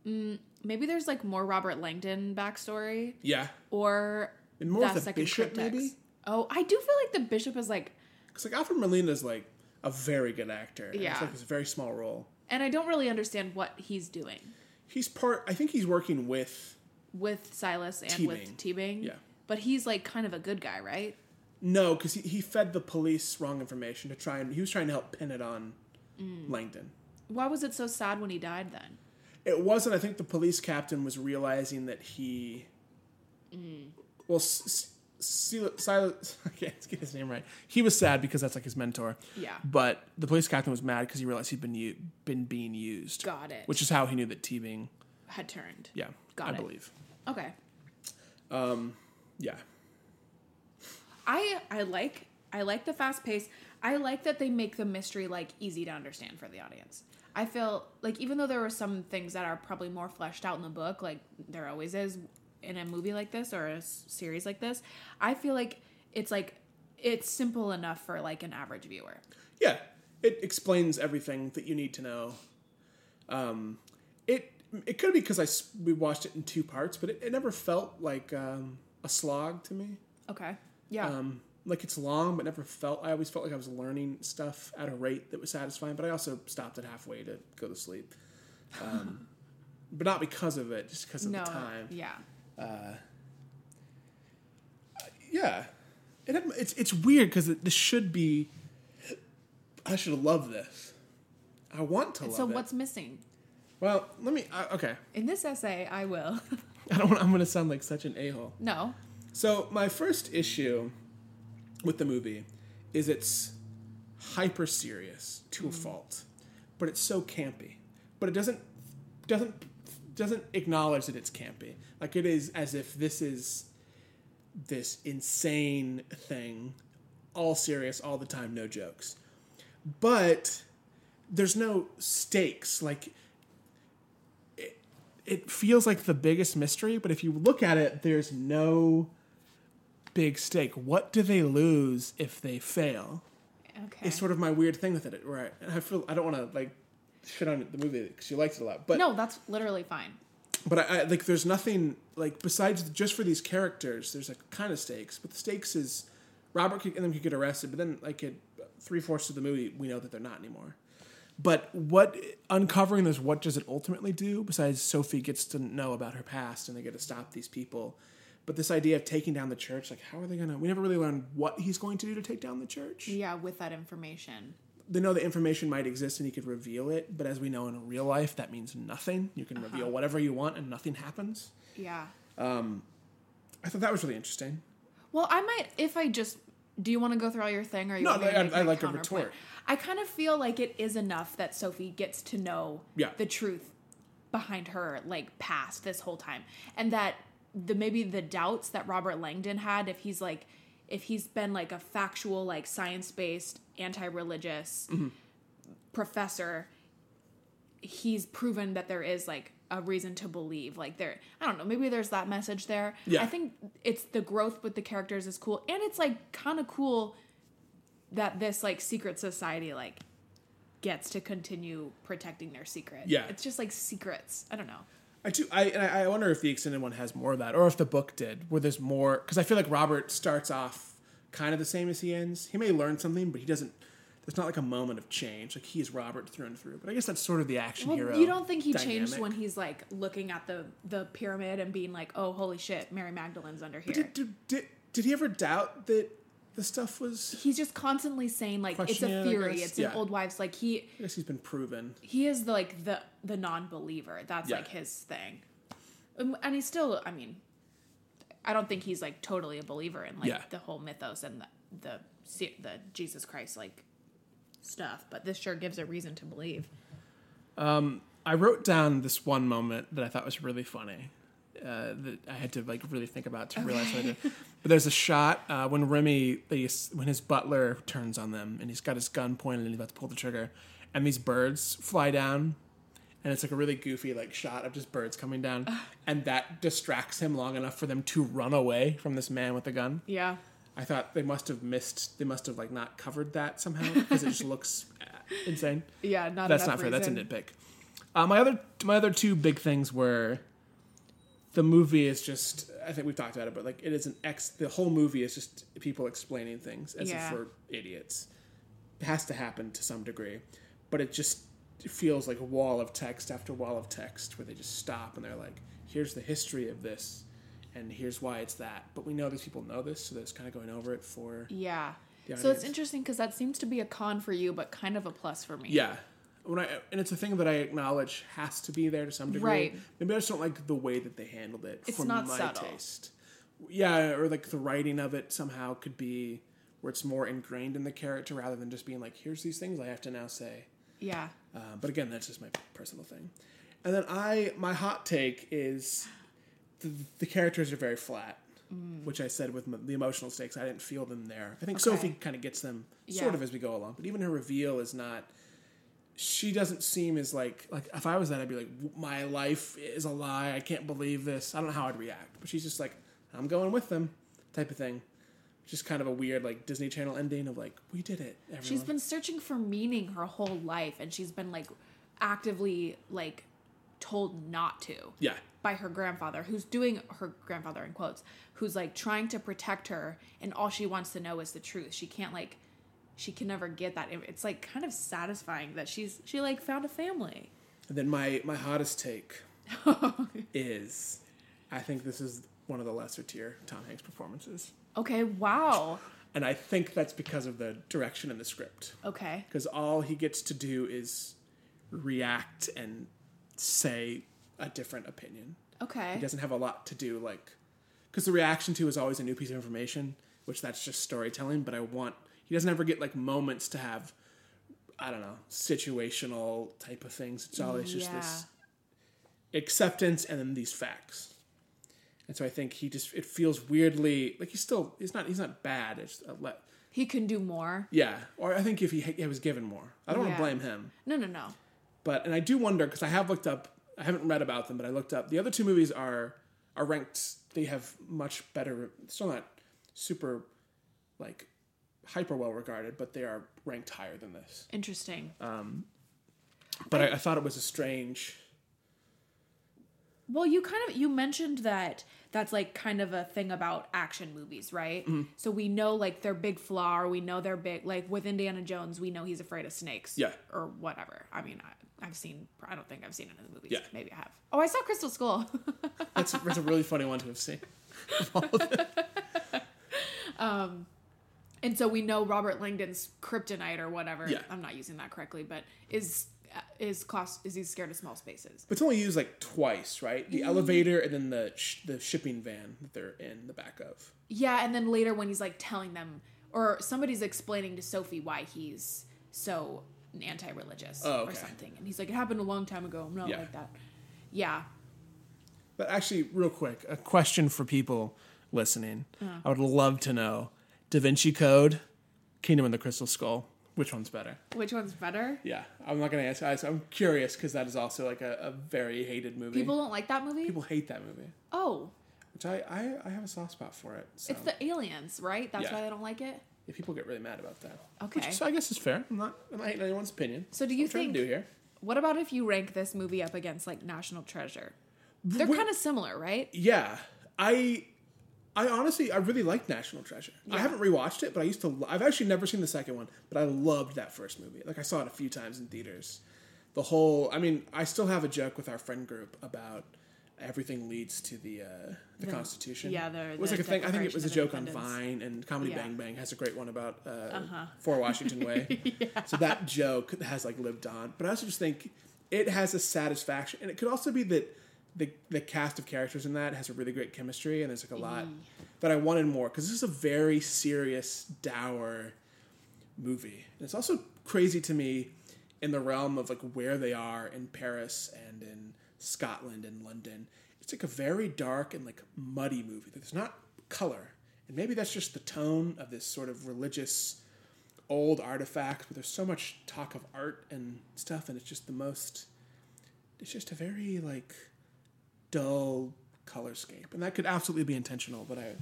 [SPEAKER 1] Mm, maybe there's like more Robert Langdon backstory
[SPEAKER 2] yeah,
[SPEAKER 1] or
[SPEAKER 2] and more
[SPEAKER 1] that
[SPEAKER 2] with the
[SPEAKER 1] second
[SPEAKER 2] bishop
[SPEAKER 1] context.
[SPEAKER 2] maybe
[SPEAKER 1] Oh, I do feel like the bishop is like,
[SPEAKER 2] because like Alfred Molina is like a very good actor. and
[SPEAKER 1] Yeah.
[SPEAKER 2] it's like it's a very small role.
[SPEAKER 1] and I don't really understand what he's doing
[SPEAKER 2] He's part. I think he's working with
[SPEAKER 1] with Silas and with T-Bing.
[SPEAKER 2] Yeah.
[SPEAKER 1] but he's like kind of a good guy, right?
[SPEAKER 2] No, because he, he fed the police wrong information to try and he was trying to help pin it on
[SPEAKER 1] Mm.
[SPEAKER 2] Langdon.
[SPEAKER 1] Why was it so sad when he died then?
[SPEAKER 2] It wasn't. I think the police captain was realizing that he.
[SPEAKER 1] Mm.
[SPEAKER 2] Well, S- S- Sil- Silas. (laughs) I can't get his name right. He was sad because that's like his mentor.
[SPEAKER 1] Yeah.
[SPEAKER 2] But the police captain was mad because he realized he'd been u- been being used.
[SPEAKER 1] Got it.
[SPEAKER 2] Which is how he knew that T Bing.
[SPEAKER 1] Had turned.
[SPEAKER 2] Yeah.
[SPEAKER 1] Got
[SPEAKER 2] I
[SPEAKER 1] it.
[SPEAKER 2] believe.
[SPEAKER 1] Okay.
[SPEAKER 2] Yeah.
[SPEAKER 1] I I like I like the fast pace. I like that they make the mystery like easy to understand for the audience. I feel like even though there were some things that are probably more fleshed out in the book, like there always is in a movie like this or a s- series like this, I feel like it's like it's simple enough for like an average viewer.
[SPEAKER 2] yeah it explains everything that you need to know um it it could be because i s- we watched it in two parts but it, it never felt like um a slog to me
[SPEAKER 1] Okay. Yeah.
[SPEAKER 2] um like it's long but never felt i always felt like i was learning stuff at a rate that was satisfying but i also stopped it halfway to go to sleep um (laughs) but not because of it just because of
[SPEAKER 1] no.
[SPEAKER 2] the time
[SPEAKER 1] Yeah.
[SPEAKER 2] yeah it had, it's it's weird because it, this should be i should love this i want to love
[SPEAKER 1] So
[SPEAKER 2] it
[SPEAKER 1] what's missing?
[SPEAKER 2] Well, let me. Uh, okay, (laughs)
[SPEAKER 1] In this essay, I will. (laughs)
[SPEAKER 2] I don't. Wanna, I'm going to sound like such an a-hole.
[SPEAKER 1] no.
[SPEAKER 2] So my first issue with the movie is it's hyper serious to a fault, but it's so campy. But it doesn't doesn't doesn't acknowledge that it's campy. Like it is as if this is this insane thing, all serious all the time, no jokes. But there's no stakes. Like it feels like the biggest mystery, but if you look at it, there's no big stake. What do they lose if they fail?
[SPEAKER 1] Okay.
[SPEAKER 2] It's sort of my weird thing with it, right? And I feel I don't want to like shit on the movie because you liked it a lot, but
[SPEAKER 1] no, that's literally fine.
[SPEAKER 2] but I, I like there's nothing like besides just for these characters. There's a kind of stakes, but the stakes is Robert could, and them could get arrested, but then like at three fourths of the movie, we know that they're not anymore. But what uncovering this, what does it ultimately do? Besides, Sophie gets to know about her past, and they get to stop these people. But this idea of taking down the church, like how are they gonna? We never really learn what he's going to do to take down the church
[SPEAKER 1] Yeah, with that information.
[SPEAKER 2] they know the information might exist and he could reveal it, but as we know in real life, that means nothing. You can reveal whatever you want and nothing happens.
[SPEAKER 1] Yeah.
[SPEAKER 2] I thought that was really interesting.
[SPEAKER 1] Well, I might if I just. Do you want to go through all your thing, or you
[SPEAKER 2] No,
[SPEAKER 1] want me to
[SPEAKER 2] I-
[SPEAKER 1] make
[SPEAKER 2] I
[SPEAKER 1] my
[SPEAKER 2] like a
[SPEAKER 1] counterpoint?
[SPEAKER 2] retort.
[SPEAKER 1] I kind of feel like it is enough that Sophie gets to know
[SPEAKER 2] Yeah.
[SPEAKER 1] the truth behind her like past this whole time, and that the maybe the doubts that Robert Langdon had if he's like if he's been like a factual like science based anti religious professor he's proven that there is like a reason to believe like there i don't know maybe there's that message there
[SPEAKER 2] Yeah.
[SPEAKER 1] i think it's the growth with the characters is cool and it's like kind of cool that this like secret society like gets to continue protecting their secret
[SPEAKER 2] Yeah.
[SPEAKER 1] it's just like secrets i don't know
[SPEAKER 2] I do. I and I I wonder if the extended one has more of that, or if the book did, where there's more. Because I feel like Robert starts off kind of the same as he ends. He may learn something, but he doesn't. There's not like a moment of change. Like he is Robert through and through. But I guess that's sort of the action
[SPEAKER 1] well
[SPEAKER 2] hero.
[SPEAKER 1] you don't think he changed
[SPEAKER 2] dynamic.
[SPEAKER 1] when he's like looking at the the pyramid and being like oh holy shit mary magdalene's under here
[SPEAKER 2] Did, did, did, did he ever doubt that this stuff was.
[SPEAKER 1] He's just constantly saying like it's
[SPEAKER 2] Questioning it,
[SPEAKER 1] a
[SPEAKER 2] I
[SPEAKER 1] theory,
[SPEAKER 2] guess.
[SPEAKER 1] it's an
[SPEAKER 2] Yeah.
[SPEAKER 1] old wives like he
[SPEAKER 2] I guess he's been proven.
[SPEAKER 1] he is the, like the the non-believer. That's
[SPEAKER 2] Yeah.
[SPEAKER 1] like his thing. Um, And he's still I mean I don't think he's like totally a believer in like
[SPEAKER 2] Yeah.
[SPEAKER 1] the whole mythos and the, the se- the Jesus Christ like stuff, but this sure gives a reason to believe.
[SPEAKER 2] I wrote down this one moment that I thought was really funny uh, that I had to like really think about to realize what I did. But there's a shot uh, when Remy, they, when his butler turns on them and he's got his gun pointed and he's about to pull the trigger, and these birds fly down, and it's like a really goofy like shot of just birds coming down, and that distracts him long enough for them to run away from this man with the gun.
[SPEAKER 1] Yeah.
[SPEAKER 2] I thought they must have missed, they must have like not covered that somehow because it just looks uh, insane
[SPEAKER 1] Yeah, not
[SPEAKER 2] that's not fair. That's a nitpick. Uh, my other my other two big things were the movie is just I think we've talked about it, but like it is an ex. The whole movie is just people explaining things as
[SPEAKER 1] Yeah.
[SPEAKER 2] if we're idiots. It has to happen to some degree, but it just feels like wall of text after wall of text where they just stop and they're like, "Here's the history of this." And here's why it's that, but we know these people know this, so they're just kind of going over it for
[SPEAKER 1] Yeah.
[SPEAKER 2] The
[SPEAKER 1] So it's
[SPEAKER 2] audience.
[SPEAKER 1] interesting because that seems to be a con for you, but kind of a plus for me.
[SPEAKER 2] Yeah. When I and it's a thing that I acknowledge has to be there to some degree.
[SPEAKER 1] Right.
[SPEAKER 2] Maybe I just don't like the way that they handled it
[SPEAKER 1] It's
[SPEAKER 2] for
[SPEAKER 1] not
[SPEAKER 2] my
[SPEAKER 1] subtle.
[SPEAKER 2] taste. Yeah, or like the writing of it somehow could be where it's more ingrained in the character rather than just being like, here's these things I have to now say.
[SPEAKER 1] Yeah.
[SPEAKER 2] Uh, but again, that's just my personal thing. And then I, my hot take is the, the characters are very flat,
[SPEAKER 1] Mm.
[SPEAKER 2] which I said with m- the emotional stakes. I didn't feel them there. I think Sophie kind of gets them sort
[SPEAKER 1] Yeah.
[SPEAKER 2] of as we go along, but even her reveal is not. She doesn't seem as like like if I was that I'd be like "W- my life is a lie I can't believe this I don't know how I'd react but she's just like I'm going with them type of thing, just kind of a weird like Disney Channel ending of like we did it. Everyone.
[SPEAKER 1] She's been searching for meaning her whole life, and she's been like actively like told not to.
[SPEAKER 2] yeah
[SPEAKER 1] by her grandfather, who's doing her grandfather in quotes, who's like trying to protect her, and all she wants to know is the truth. She can't like, she can never get that. It- It's like kind of satisfying that she's she like found a family.
[SPEAKER 2] And then my my hottest take is, I think this is one of the lesser tier Tom Hanks performances,
[SPEAKER 1] Okay, wow.
[SPEAKER 2] and I think that's because of the direction in the script.
[SPEAKER 1] Okay,
[SPEAKER 2] Because all he gets to do is react and say a different opinion. He
[SPEAKER 1] okay,
[SPEAKER 2] doesn't have a lot to do, like, because the reaction to is always a new piece of information, which that's just storytelling. But I want he doesn't ever get like moments to have, I don't know, situational type of things. It's always just this acceptance and then these facts. And so I think he just it feels weirdly like he's still he's not he's not bad. It's a le-
[SPEAKER 1] he can do more.
[SPEAKER 2] yeah, or I think if he, he was given more, I don't
[SPEAKER 1] Yeah.
[SPEAKER 2] want to blame him.
[SPEAKER 1] No, no, no.
[SPEAKER 2] But and I do wonder because I have looked up. I haven't read about them, but I looked up. The other two movies are are ranked. They have much better. Still not super like hyper well regarded, but they are ranked higher than this.
[SPEAKER 1] Interesting.
[SPEAKER 2] But I, I thought it was a strange.
[SPEAKER 1] Well, you kind of you mentioned that that's like kind of a thing about action movies, right?
[SPEAKER 2] Mm-hmm.
[SPEAKER 1] So we know like their big flaw, or we know their big like with Indiana Jones, we know he's afraid of snakes,
[SPEAKER 2] Yeah.
[SPEAKER 1] or whatever. I mean, I, I've seen, I don't think I've seen it in the movies.
[SPEAKER 2] Yeah.
[SPEAKER 1] Maybe I have. Oh, I saw Crystal Skull. (laughs)
[SPEAKER 2] That's, that's a really funny one to have seen.
[SPEAKER 1] and so we know Robert Langdon's kryptonite or whatever.
[SPEAKER 2] Yeah.
[SPEAKER 1] I'm not using that correctly, but is is claus is he scared of small spaces?
[SPEAKER 2] But it's only used like twice, right? The elevator and then the sh- the shipping van that they're in the back of.
[SPEAKER 1] Yeah, and then later when he's like telling them, or somebody's explaining to Sophie why he's so anti-religious
[SPEAKER 2] Oh,
[SPEAKER 1] or
[SPEAKER 2] okay.
[SPEAKER 1] something, and he's like, "It happened a long time ago. I'm not
[SPEAKER 2] Yeah.
[SPEAKER 1] like that." Yeah,
[SPEAKER 2] But actually, real quick, a question for people listening.
[SPEAKER 1] Uh-huh.
[SPEAKER 2] I would love to know Da Vinci Code, Kingdom of the Crystal Skull. Which one's better?
[SPEAKER 1] which one's better?
[SPEAKER 2] Yeah, I'm not gonna answer. I- I'm curious because that is also like a, a very hated movie.
[SPEAKER 1] People don't like that movie.
[SPEAKER 2] People hate that movie,
[SPEAKER 1] oh,
[SPEAKER 2] which I I, I have a soft spot for it. So
[SPEAKER 1] it's the aliens, right? That's
[SPEAKER 2] Oh. Yeah.
[SPEAKER 1] why they don't like it.
[SPEAKER 2] yeah, people get really mad about that.
[SPEAKER 1] Okay.
[SPEAKER 2] Which, so I guess it's fair. I'm not I'm not hating anyone's opinion.
[SPEAKER 1] So do you
[SPEAKER 2] That's what I'm
[SPEAKER 1] think?
[SPEAKER 2] trying to do here?
[SPEAKER 1] What about if you rank this movie up against like National Treasure? They're
[SPEAKER 2] Wait-
[SPEAKER 1] kind of similar, right?
[SPEAKER 2] Yeah, I, I honestly, I really liked National Treasure. I haven't rewatched it, but I used to. lo- I've actually never seen the second one, but I loved that first movie. Like I saw it a few times in theaters. The whole, I mean, I still have a joke with our friend group about everything leads to the uh, the, Constitution.
[SPEAKER 1] yeah, the-
[SPEAKER 2] it was
[SPEAKER 1] the
[SPEAKER 2] like a thing. I think it
[SPEAKER 1] Declaration
[SPEAKER 2] was a
[SPEAKER 1] of
[SPEAKER 2] joke on
[SPEAKER 1] Independence.
[SPEAKER 2] Vine and Comedy
[SPEAKER 1] Yeah.
[SPEAKER 2] Bang Bang has a great one about uh, For Washington Way. So that joke has like lived on. But I also just think it has a satisfaction, and it could also be that the the cast of characters in that has a really great chemistry, and there's like a lot that I wanted more because this is a very serious, dour movie. And it's also crazy to me in the realm of like where they are in Paris and in Scotland and London. It's like a very dark and like muddy movie. There's not color. And maybe that's just the tone of this sort of religious old artifact, but there's so much talk of art and stuff, and it's just the most it's just a very like dull colorscape. And that could absolutely be intentional, but I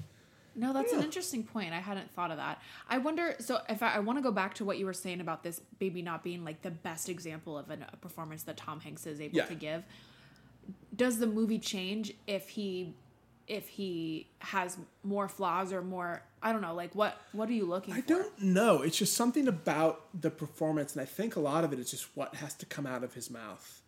[SPEAKER 1] No, that's an interesting point. I hadn't thought of that. I wonder. So, if I, I want to go back to what you were saying about this maybe not being like the best example of an, a performance that Tom Hanks is able
[SPEAKER 2] Yeah.
[SPEAKER 1] to give, does the movie change if he if he has more flaws or more? I don't know. Like, what what are you looking
[SPEAKER 2] I
[SPEAKER 1] for?
[SPEAKER 2] don't know. It's just something about the performance, and I think a lot of it is just what has to come out of his mouth,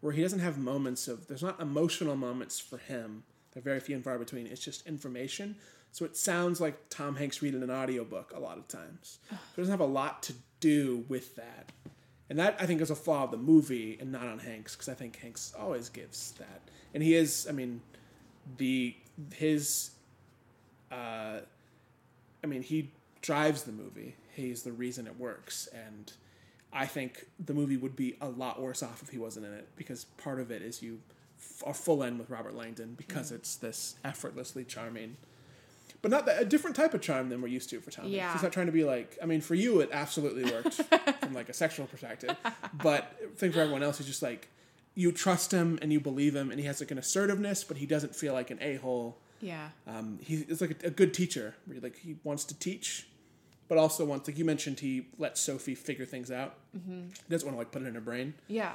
[SPEAKER 2] where he doesn't have moments of. There's not emotional moments for him. They're very few and far between. It's just information. So it sounds like Tom Hanks reading an audiobook a lot of times. So it doesn't have a lot to do with that. And that I think is a flaw of the movie and not on Hanks because I think Hanks always gives that. And he is, I mean, the his I mean, he drives the movie. He's the reason it works, and I think the movie would be a lot worse off if he wasn't in it because part of it is you f- are full in with Robert Langdon because it's this effortlessly charming, but not that, a different type of charm than we're used to for Tom. Hanks.
[SPEAKER 1] Yeah.
[SPEAKER 2] he's not trying to be like. I mean, for you, it absolutely worked from like a sexual perspective, but I think for everyone else, it's just like you trust him and you believe him, and he has like an assertiveness, but he doesn't feel like an a hole
[SPEAKER 1] Yeah.
[SPEAKER 2] um, he is like a, a good teacher. Where he, like he wants to teach, but also wants like you mentioned he lets Sophie figure things out. Mm-hmm. He doesn't want to like put it in her brain.
[SPEAKER 1] Yeah.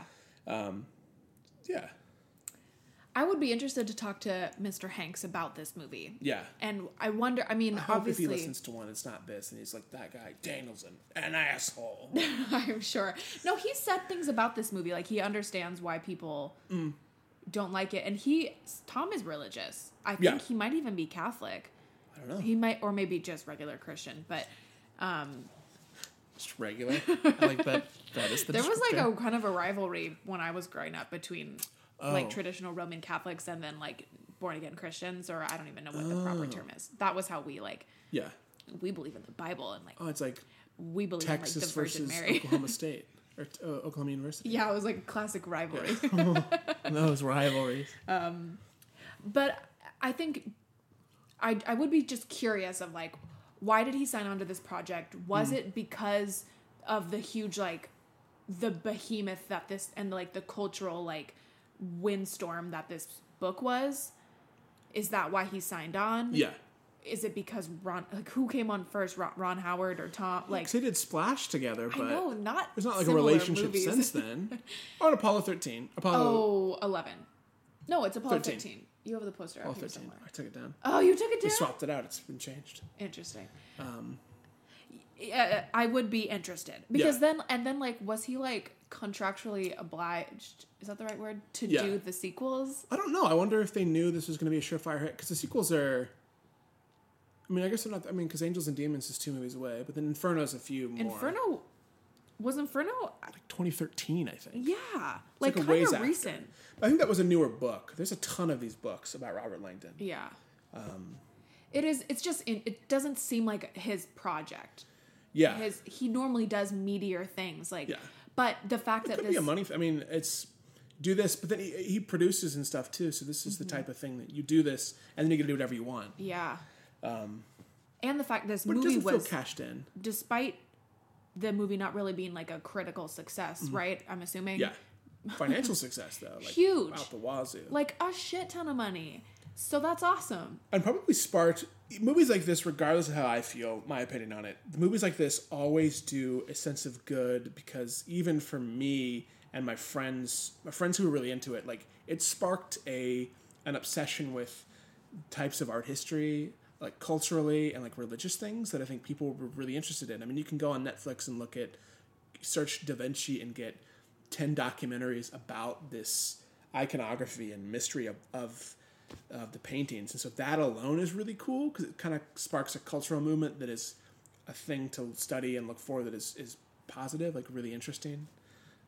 [SPEAKER 2] Yeah,
[SPEAKER 1] I would be interested to talk to Mr. Hanks about this movie.
[SPEAKER 2] yeah.
[SPEAKER 1] And I wonder. I mean,
[SPEAKER 2] I hope if
[SPEAKER 1] obviously,
[SPEAKER 2] he listens to one, it's not this, and he's like that guy Daniel's an,
[SPEAKER 1] (laughs)
[SPEAKER 2] an asshole.
[SPEAKER 1] I'm sure. No, he said things about this movie. Like he understands why people don't like it, and he Tom is religious. I think
[SPEAKER 2] Yeah.
[SPEAKER 1] he might even be Catholic.
[SPEAKER 2] I don't know.
[SPEAKER 1] He might, or maybe just regular Christian. But um,
[SPEAKER 2] Just regular.
[SPEAKER 1] (laughs)
[SPEAKER 2] I like that. That is the
[SPEAKER 1] there was like a
[SPEAKER 2] description.
[SPEAKER 1] kind of a rivalry when I was growing up between
[SPEAKER 2] Oh.
[SPEAKER 1] like traditional Roman Catholics and then like born again Christians, or I don't even know what the proper term
[SPEAKER 2] Oh.
[SPEAKER 1] is. That was how we like
[SPEAKER 2] yeah.
[SPEAKER 1] we believe in the Bible and like
[SPEAKER 2] Oh, it's like
[SPEAKER 1] we believe
[SPEAKER 2] Texas
[SPEAKER 1] in like the Virgin
[SPEAKER 2] versus
[SPEAKER 1] Mary. (laughs)
[SPEAKER 2] Oklahoma State or uh, Oklahoma University.
[SPEAKER 1] yeah, it was like a classic rivalry. (laughs)
[SPEAKER 2] Those rivalries.
[SPEAKER 1] but I think I I would be just curious of like why did he sign on to this project?
[SPEAKER 2] Hmm.
[SPEAKER 1] Was it because of the huge like the behemoth that this and like the cultural like windstorm that this book was? Is that why he signed on?
[SPEAKER 2] Yeah.
[SPEAKER 1] Is it because Ron like who came on first, Ron, Ron Howard or Tom? Like
[SPEAKER 2] They did Splash together,
[SPEAKER 1] I
[SPEAKER 2] but
[SPEAKER 1] know, not
[SPEAKER 2] There's not like a
[SPEAKER 1] similar
[SPEAKER 2] relationship
[SPEAKER 1] movies.
[SPEAKER 2] since (laughs) then. On Apollo 13. Apollo,
[SPEAKER 1] Oh, 11. No, it's Apollo
[SPEAKER 2] 13.
[SPEAKER 1] 13. You have the poster
[SPEAKER 2] Apollo
[SPEAKER 1] up here
[SPEAKER 2] 13.
[SPEAKER 1] somewhere.
[SPEAKER 2] I took it down.
[SPEAKER 1] Oh, you took it
[SPEAKER 2] We
[SPEAKER 1] down.
[SPEAKER 2] swapped it out. It's been changed.
[SPEAKER 1] Interesting. Um, yeah, I would be interested because
[SPEAKER 2] Yeah.
[SPEAKER 1] then and then like was he like contractually obliged? Is that the right word to
[SPEAKER 2] Yeah.
[SPEAKER 1] do the sequels?
[SPEAKER 2] I don't know. I wonder if they knew this was going to be a surefire hit because the sequels are. I mean, I guess they're not. I mean, because Angels and Demons is two movies away, but then Inferno's a few more.
[SPEAKER 1] Inferno was Inferno.
[SPEAKER 2] Like 2013, I think.
[SPEAKER 1] Yeah, like,
[SPEAKER 2] a
[SPEAKER 1] kind
[SPEAKER 2] ways
[SPEAKER 1] of
[SPEAKER 2] after.
[SPEAKER 1] recent.
[SPEAKER 2] I think that was a newer book. There's a ton of these books about Robert Langdon.
[SPEAKER 1] Yeah.
[SPEAKER 2] Um,
[SPEAKER 1] it is. It's just. In, it doesn't seem like his project.
[SPEAKER 2] Yeah.
[SPEAKER 1] His he normally does meteor things like.
[SPEAKER 2] Uh, Yeah.
[SPEAKER 1] But the fact that
[SPEAKER 2] could
[SPEAKER 1] this
[SPEAKER 2] be a money. Th- I mean, it's do this, but then he, he produces and stuff too. So this is
[SPEAKER 1] Mm-hmm.
[SPEAKER 2] the type of thing that you do this, and then you can do whatever you want.
[SPEAKER 1] Yeah. Um, and the fact this
[SPEAKER 2] But it
[SPEAKER 1] movie
[SPEAKER 2] doesn't feel
[SPEAKER 1] was,
[SPEAKER 2] cashed in.
[SPEAKER 1] despite the movie not really being like a critical success, right? I'm assuming.
[SPEAKER 2] Mm-hmm. Yeah, (laughs) financial success though, like
[SPEAKER 1] Huge.
[SPEAKER 2] out the wazoo,
[SPEAKER 1] Like a shit ton of money. So that's awesome.
[SPEAKER 2] and probably sparked movies like this. Regardless of how I feel, my opinion on it, the movies like this always do a sense of good because even for me and my friends, my friends who were really into it, like it sparked a an obsession with types of art history, like culturally and like religious things that I think people were really interested in. I mean, you can go on Netflix and look at search Da Vinci and get 10 documentaries about this iconography and mystery of, of of the paintings, and so that alone is really cool because it kind of sparks a cultural movement that is a thing to study and look for that is is positive, like really interesting,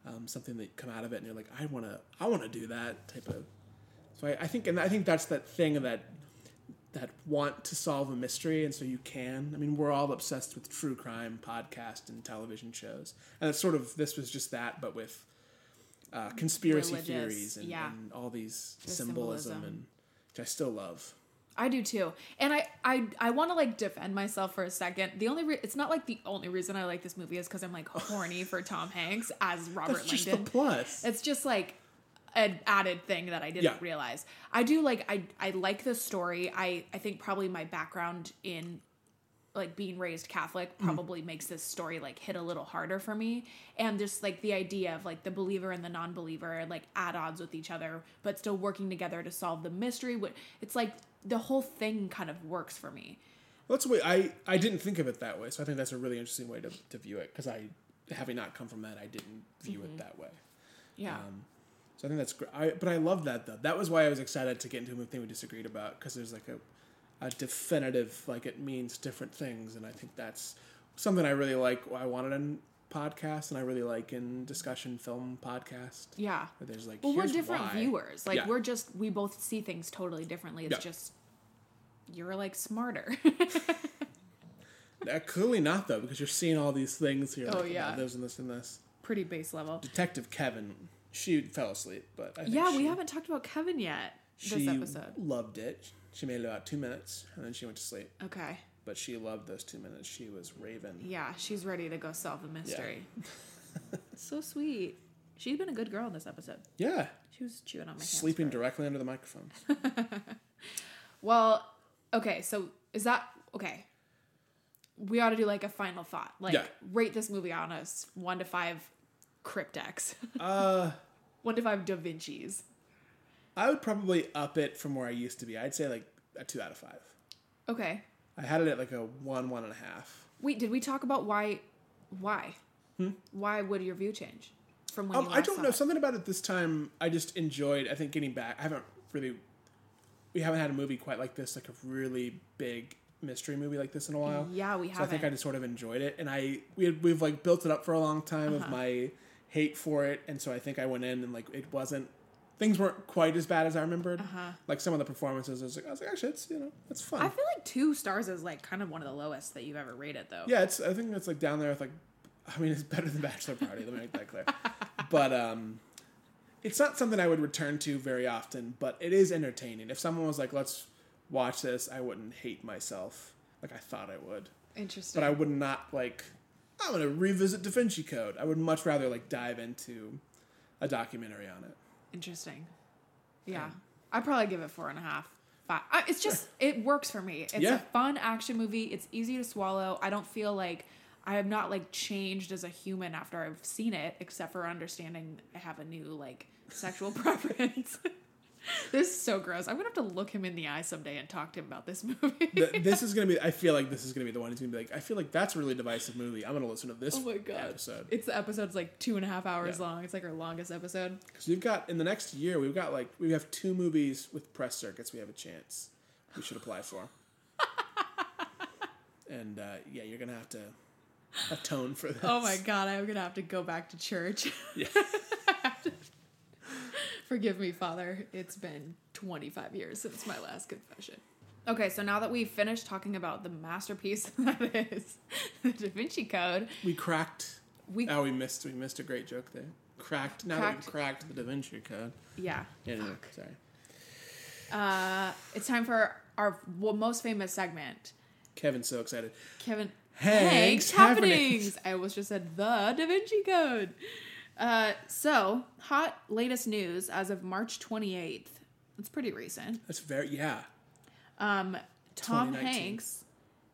[SPEAKER 2] um, something that come out of it, and you're like, I wanna, I wanna do that type of. So I, I think, and I think that's that thing of that that want to solve a mystery, and so you can. I mean, we're all obsessed with true crime podcasts and television shows, and it's sort of this was just that, but with uh, conspiracy
[SPEAKER 1] Mm, Religious,
[SPEAKER 2] theories and,
[SPEAKER 1] yeah.
[SPEAKER 2] and all these
[SPEAKER 1] The
[SPEAKER 2] symbolism,
[SPEAKER 1] symbolism.
[SPEAKER 2] and which I still love.
[SPEAKER 1] I do too. And I I I want to like defend myself for a second. The only re- it's not like the only reason I like this movie is cuz I'm like horny for Tom Hanks as Robert
[SPEAKER 2] (laughs) That's just the
[SPEAKER 1] Langdon.
[SPEAKER 2] plus.
[SPEAKER 1] It's just like an added thing that I didn't
[SPEAKER 2] Yeah.
[SPEAKER 1] realize. I do like I I like the story. I I think probably my background in like being raised Catholic probably makes this story like hit a little harder for me. And just like the idea of like the believer and the non-believer like at odds with each other but still working together to solve the mystery. What it's like the whole thing kind of works for me.
[SPEAKER 2] That's the way I I didn't think of it that way. So I think that's a really interesting way to, to view it because I, having not come from that, I didn't view
[SPEAKER 1] Mm-hmm.
[SPEAKER 2] it that way.
[SPEAKER 1] Yeah.
[SPEAKER 2] So I think that's great. I, but I love that though. That was why I was excited to get into a thing we disagreed about because there's like a, a definitive like it means different things, and I think that's something I really like. I wanted in podcasts, and I really like in discussion film podcast.
[SPEAKER 1] yeah.
[SPEAKER 2] Where there's like
[SPEAKER 1] Well, we're
[SPEAKER 2] here's
[SPEAKER 1] different
[SPEAKER 2] why.
[SPEAKER 1] viewers. Like
[SPEAKER 2] Yeah.
[SPEAKER 1] we're just we both see things totally differently. It's
[SPEAKER 2] Yeah.
[SPEAKER 1] just you're like
[SPEAKER 2] (laughs)
[SPEAKER 1] smarter.
[SPEAKER 2] Uh, clearly not though because you're seeing all these things here.
[SPEAKER 1] Oh,
[SPEAKER 2] like,
[SPEAKER 1] yeah.
[SPEAKER 2] about this and this and this.
[SPEAKER 1] Pretty base level.
[SPEAKER 2] Detective Kevin, she fell asleep, but I think
[SPEAKER 1] Yeah,
[SPEAKER 2] she-
[SPEAKER 1] we haven't talked about Kevin yet this
[SPEAKER 2] she
[SPEAKER 1] episode.
[SPEAKER 2] loved it. She made it about two minutes and then she went to sleep.
[SPEAKER 1] Okay.
[SPEAKER 2] But she loved those two minutes. She was raving.
[SPEAKER 1] Yeah, she's ready to go solve the
[SPEAKER 2] (laughs)
[SPEAKER 1] mystery. so sweet. She's been a good girl in this episode.
[SPEAKER 2] Yeah,
[SPEAKER 1] She was chewing on my hands
[SPEAKER 2] sleeping
[SPEAKER 1] for it.
[SPEAKER 2] directly under the microphone.
[SPEAKER 1] Well, okay, so is that okay? We ought to do like a final thought. Like
[SPEAKER 2] Yeah.
[SPEAKER 1] rate this movie on us one to five cryptex. (laughs)
[SPEAKER 2] uh,
[SPEAKER 1] one to five Da Vinci's.
[SPEAKER 2] I would probably up it from where I used to be. I'd say like a two out of five.
[SPEAKER 1] Okay.
[SPEAKER 2] I had it at like a one, one and a half.
[SPEAKER 1] Wait, did we talk about why why? Why would your view change? From when
[SPEAKER 2] Hmm? Um,
[SPEAKER 1] you
[SPEAKER 2] I
[SPEAKER 1] last
[SPEAKER 2] don't
[SPEAKER 1] saw
[SPEAKER 2] know.
[SPEAKER 1] it?
[SPEAKER 2] Something about it this time. I just enjoyed. I think getting back. I haven't really. We haven't had a movie quite like this, like a really big mystery movie like this in a while.
[SPEAKER 1] Yeah, we
[SPEAKER 2] So I think
[SPEAKER 1] haven't.
[SPEAKER 2] I just sort of enjoyed it, and I we had, we've like built it up for a long time
[SPEAKER 1] Uh-huh.
[SPEAKER 2] of my hate for it, and so I think I went in and like it wasn't things weren't quite as bad as I remembered.
[SPEAKER 1] Uh-huh.
[SPEAKER 2] Like some of the performances, I was like, I was like, actually, it's you know, it's fun.
[SPEAKER 1] I feel like two stars is like kind of one of the lowest that you've ever rated though.
[SPEAKER 2] yeah, it's I think it's like down there with like, I mean, it's better than Bachelor Party. Let me make
[SPEAKER 1] (laughs)
[SPEAKER 2] that clear. but um, it's not something I would return to very often. But it is entertaining. If someone was like, let's watch this, I wouldn't hate myself like I thought I would.
[SPEAKER 1] Interesting.
[SPEAKER 2] but I would not like. I'm gonna revisit Da Vinci Code. I would much rather like dive into a documentary on it.
[SPEAKER 1] Interesting. Yeah. I'd probably give it four and a half. Five. I, it's just, it works for me. It's
[SPEAKER 2] Yeah.
[SPEAKER 1] a fun action movie. It's easy to swallow. I don't feel like I have not like changed as a human after I've seen it, except for understanding I have a new like sexual (laughs) preference. this is so gross. I'm going to have to look him in the eye someday and talk to him about this (laughs) movie.
[SPEAKER 2] Th- this is gonna be. I feel like this is gonna be the one who's gonna be like. I feel like that's a really divisive movie. I'm gonna listen to this
[SPEAKER 1] Oh my god!
[SPEAKER 2] episode
[SPEAKER 1] It's the episode's like two and a half hours
[SPEAKER 2] Yeah.
[SPEAKER 1] long. It's like our longest episode.
[SPEAKER 2] because we've got in the next year we've got like we have two movies with press circuits. We have a chance. We should
[SPEAKER 1] (laughs)
[SPEAKER 2] apply for. and uh, yeah, you're gonna have to atone for this.
[SPEAKER 1] Oh my god! I'm gonna have to go back to church. (laughs)
[SPEAKER 2] Yeah.
[SPEAKER 1] Forgive me, Father. It's been 25 years since my last confession. Okay, so now that we've finished talking about the masterpiece (laughs) that is the Da Vinci Code,
[SPEAKER 2] We cracked.
[SPEAKER 1] we
[SPEAKER 2] Oh, we missed. We missed a great joke there. Cracked. Now that we've cracked the Da Vinci Code.
[SPEAKER 1] yeah.
[SPEAKER 2] Yeah, no, sorry.
[SPEAKER 1] Uh, it's time for our w- most famous segment,
[SPEAKER 2] Kevin's so excited.
[SPEAKER 1] Kevin Hank's
[SPEAKER 2] Hank's Happenings.
[SPEAKER 1] happenings. I almost just said the Da Vinci Code. Uh, so hot latest news as of March 28th. It's pretty recent.
[SPEAKER 2] That's very yeah.
[SPEAKER 1] Um, Tom
[SPEAKER 2] 2019.
[SPEAKER 1] Hanks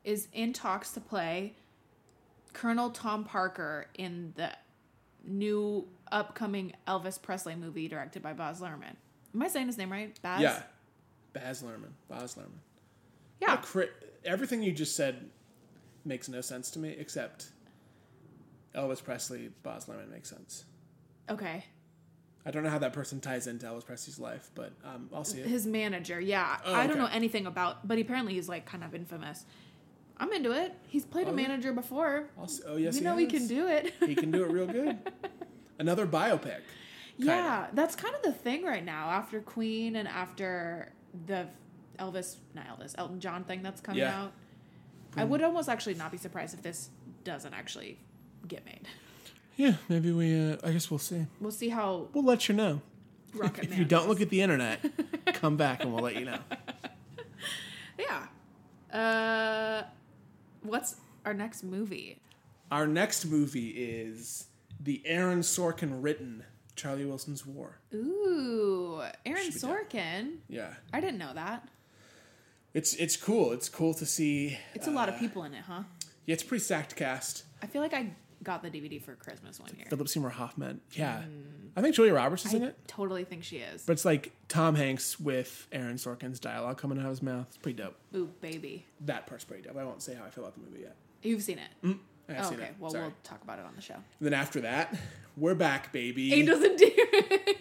[SPEAKER 1] is in talks to play Colonel Tom Parker in the new upcoming Elvis Presley movie directed by Baz Luhrmann. Am I saying his name right? Baz.
[SPEAKER 2] Yeah. Baz Luhrmann. Baz Luhrmann.
[SPEAKER 1] Yeah.
[SPEAKER 2] What a cri- everything you just said makes no sense to me except Elvis Presley, Baz Luhrmann makes sense.
[SPEAKER 1] Okay.
[SPEAKER 2] I don't know how that person ties into Elvis Presley's life, but um,
[SPEAKER 1] (laughs)
[SPEAKER 2] I'll see it.
[SPEAKER 1] His manager, yeah.
[SPEAKER 2] Oh,
[SPEAKER 1] I don't
[SPEAKER 2] okay.
[SPEAKER 1] know anything about, but apparently he's like kind of infamous. I'm into it. He's played
[SPEAKER 2] Oh,
[SPEAKER 1] a
[SPEAKER 2] yeah.
[SPEAKER 1] manager before.
[SPEAKER 2] I'll see. Oh yes,
[SPEAKER 1] we
[SPEAKER 2] he
[SPEAKER 1] know he can
[SPEAKER 2] has.
[SPEAKER 1] do it.
[SPEAKER 2] He can do it
[SPEAKER 1] (laughs)
[SPEAKER 2] real good. Another biopic.
[SPEAKER 1] yeah, that's kind of the thing right now after Queen and after the Elvis, not Elvis, Elton John thing that's coming
[SPEAKER 2] Yeah. Mm.
[SPEAKER 1] out. I would almost actually not be surprised if this doesn't actually get made. (laughs)
[SPEAKER 2] Yeah, maybe we. Uh, I guess we'll see.
[SPEAKER 1] We'll see how
[SPEAKER 2] We'll let you know.
[SPEAKER 1] Rocket
[SPEAKER 2] if
[SPEAKER 1] Man.
[SPEAKER 2] you don't look at the
[SPEAKER 1] (laughs)
[SPEAKER 2] internet, come back and we'll let you know.
[SPEAKER 1] yeah. Uh, what's our next movie?
[SPEAKER 2] Our next movie is the Aaron Sorkin written Charlie Wilson's War.
[SPEAKER 1] Ooh, Aaron
[SPEAKER 2] Should we
[SPEAKER 1] Sorkin.
[SPEAKER 2] Yeah,
[SPEAKER 1] I didn't know that.
[SPEAKER 2] it's it's cool. It's cool to see.
[SPEAKER 1] It's a lot
[SPEAKER 2] Uh,
[SPEAKER 1] of people in it, huh?
[SPEAKER 2] Yeah, it's a pretty stacked cast.
[SPEAKER 1] I feel like I got the DVD for Christmas one year.
[SPEAKER 2] Philip Seymour Hoffman. Yeah, I think Julia Roberts is in
[SPEAKER 1] Mm. I
[SPEAKER 2] it.
[SPEAKER 1] totally think she is.
[SPEAKER 2] But it's like Tom Hanks with Aaron Sorkin's dialogue coming out of his mouth. It's pretty dope.
[SPEAKER 1] Ooh, baby.
[SPEAKER 2] That part's pretty dope. I won't say how I feel about the movie yet.
[SPEAKER 1] You've seen it.
[SPEAKER 2] I
[SPEAKER 1] Oh,
[SPEAKER 2] have
[SPEAKER 1] okay.
[SPEAKER 2] seen it.
[SPEAKER 1] Well,
[SPEAKER 2] Sorry.
[SPEAKER 1] we'll talk about it on the show.
[SPEAKER 2] And then after that, we're back, baby.
[SPEAKER 1] Angels
[SPEAKER 2] (laughs)
[SPEAKER 1] and Demons.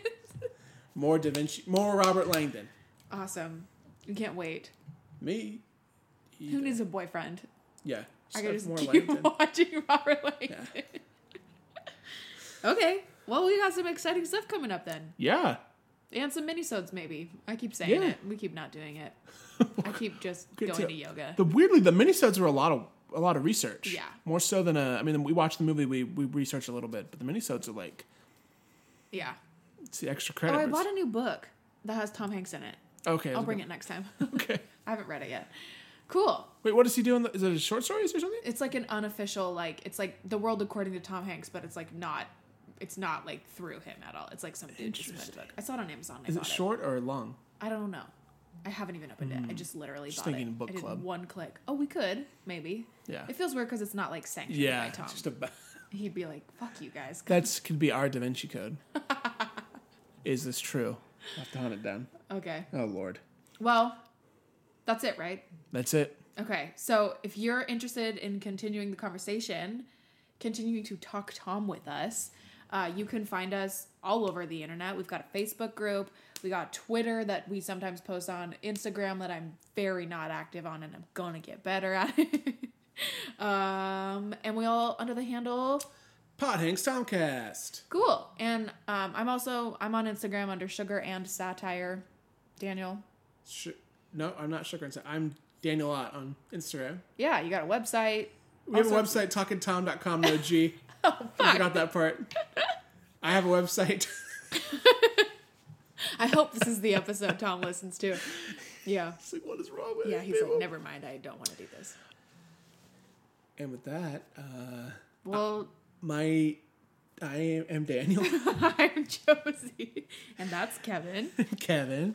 [SPEAKER 2] More Da Vinci, more Robert Langdon.
[SPEAKER 1] Awesome. You can't wait.
[SPEAKER 2] Me.
[SPEAKER 1] Who needs a boyfriend?
[SPEAKER 2] Yeah.
[SPEAKER 1] I
[SPEAKER 2] Stuff
[SPEAKER 1] could (laughs) just keep watching (laughs) Robert Langdon. okay. Well, we got some exciting stuff coming up then.
[SPEAKER 2] Yeah.
[SPEAKER 1] And some minisodes maybe. I keep saying
[SPEAKER 2] Yeah.
[SPEAKER 1] it. We keep not doing
[SPEAKER 2] (laughs)
[SPEAKER 1] it. I keep just
[SPEAKER 2] Good
[SPEAKER 1] going
[SPEAKER 2] tip.
[SPEAKER 1] to yoga.
[SPEAKER 2] The weirdly, the minisodes were a lot of a lot of research.
[SPEAKER 1] Yeah.
[SPEAKER 2] More so than a. I mean, we watched the movie. We we researched a little bit, but the minisodes are like
[SPEAKER 1] yeah.
[SPEAKER 2] it's the extra
[SPEAKER 1] Oh,
[SPEAKER 2] credit.
[SPEAKER 1] I
[SPEAKER 2] but
[SPEAKER 1] bought
[SPEAKER 2] it's-
[SPEAKER 1] a new book that has Tom Hanks in it.
[SPEAKER 2] Okay.
[SPEAKER 1] I'll bring it next time.
[SPEAKER 2] (laughs)
[SPEAKER 1] (laughs)
[SPEAKER 2] Okay.
[SPEAKER 1] I haven't read it yet. Cool.
[SPEAKER 2] Wait, what does he do? In the, is it a short stories or something?
[SPEAKER 1] It's like an unofficial, like it's like the world according to Tom Hanks, but it's like not, it's not like through him at all. It's like some dude just read a book. I saw it on Amazon. I
[SPEAKER 2] Is
[SPEAKER 1] bought
[SPEAKER 2] it short or long?
[SPEAKER 1] I don't know. I haven't even opened it. I just literally
[SPEAKER 2] Just
[SPEAKER 1] bought
[SPEAKER 2] thinking
[SPEAKER 1] it.
[SPEAKER 2] book
[SPEAKER 1] I did
[SPEAKER 2] club.
[SPEAKER 1] one click. Oh, we could maybe.
[SPEAKER 2] Yeah.
[SPEAKER 1] It feels weird because it's not like sanctioned by Tom.
[SPEAKER 2] Just a.
[SPEAKER 1] He'd be like, "Fuck you guys."
[SPEAKER 2] That's could be our Da Vinci Code. (laughs) is this true? I have to hunt it down.
[SPEAKER 1] Okay.
[SPEAKER 2] Oh Lord.
[SPEAKER 1] Well, that's it, right?
[SPEAKER 2] That's it.
[SPEAKER 1] Okay, so if you're interested in continuing the conversation, continuing to talk Tom with us, uh, you can find us all over the internet. We've got a Facebook group, we got Twitter that we sometimes post on, Instagram that I'm very not active on, and I'm gonna get better at it. (laughs) um, and we all under the handle
[SPEAKER 2] Pot Hanks Tomcast.
[SPEAKER 1] cool. And um, I'm also I'm on Instagram under Sugar and Satire. Daniel,
[SPEAKER 2] Sh- no, I'm not Sugar and Sa- I'm Daniel Ott on Instagram.
[SPEAKER 1] yeah, you got a website.
[SPEAKER 2] We have a website, talkingtom.com, no (laughs) G. I forgot that part. (laughs) I have a website. (laughs)
[SPEAKER 1] I hope this is the episode Tom listens to. Yeah.
[SPEAKER 2] it's like, what is wrong with
[SPEAKER 1] Yeah,
[SPEAKER 2] these
[SPEAKER 1] he's like,
[SPEAKER 2] people?
[SPEAKER 1] never mind, I don't want to do this.
[SPEAKER 2] And with that, uh,
[SPEAKER 1] Well,
[SPEAKER 2] my I am Daniel
[SPEAKER 1] (laughs)
[SPEAKER 2] (laughs)
[SPEAKER 1] I'm Josie. And that's Kevin.
[SPEAKER 2] Kevin.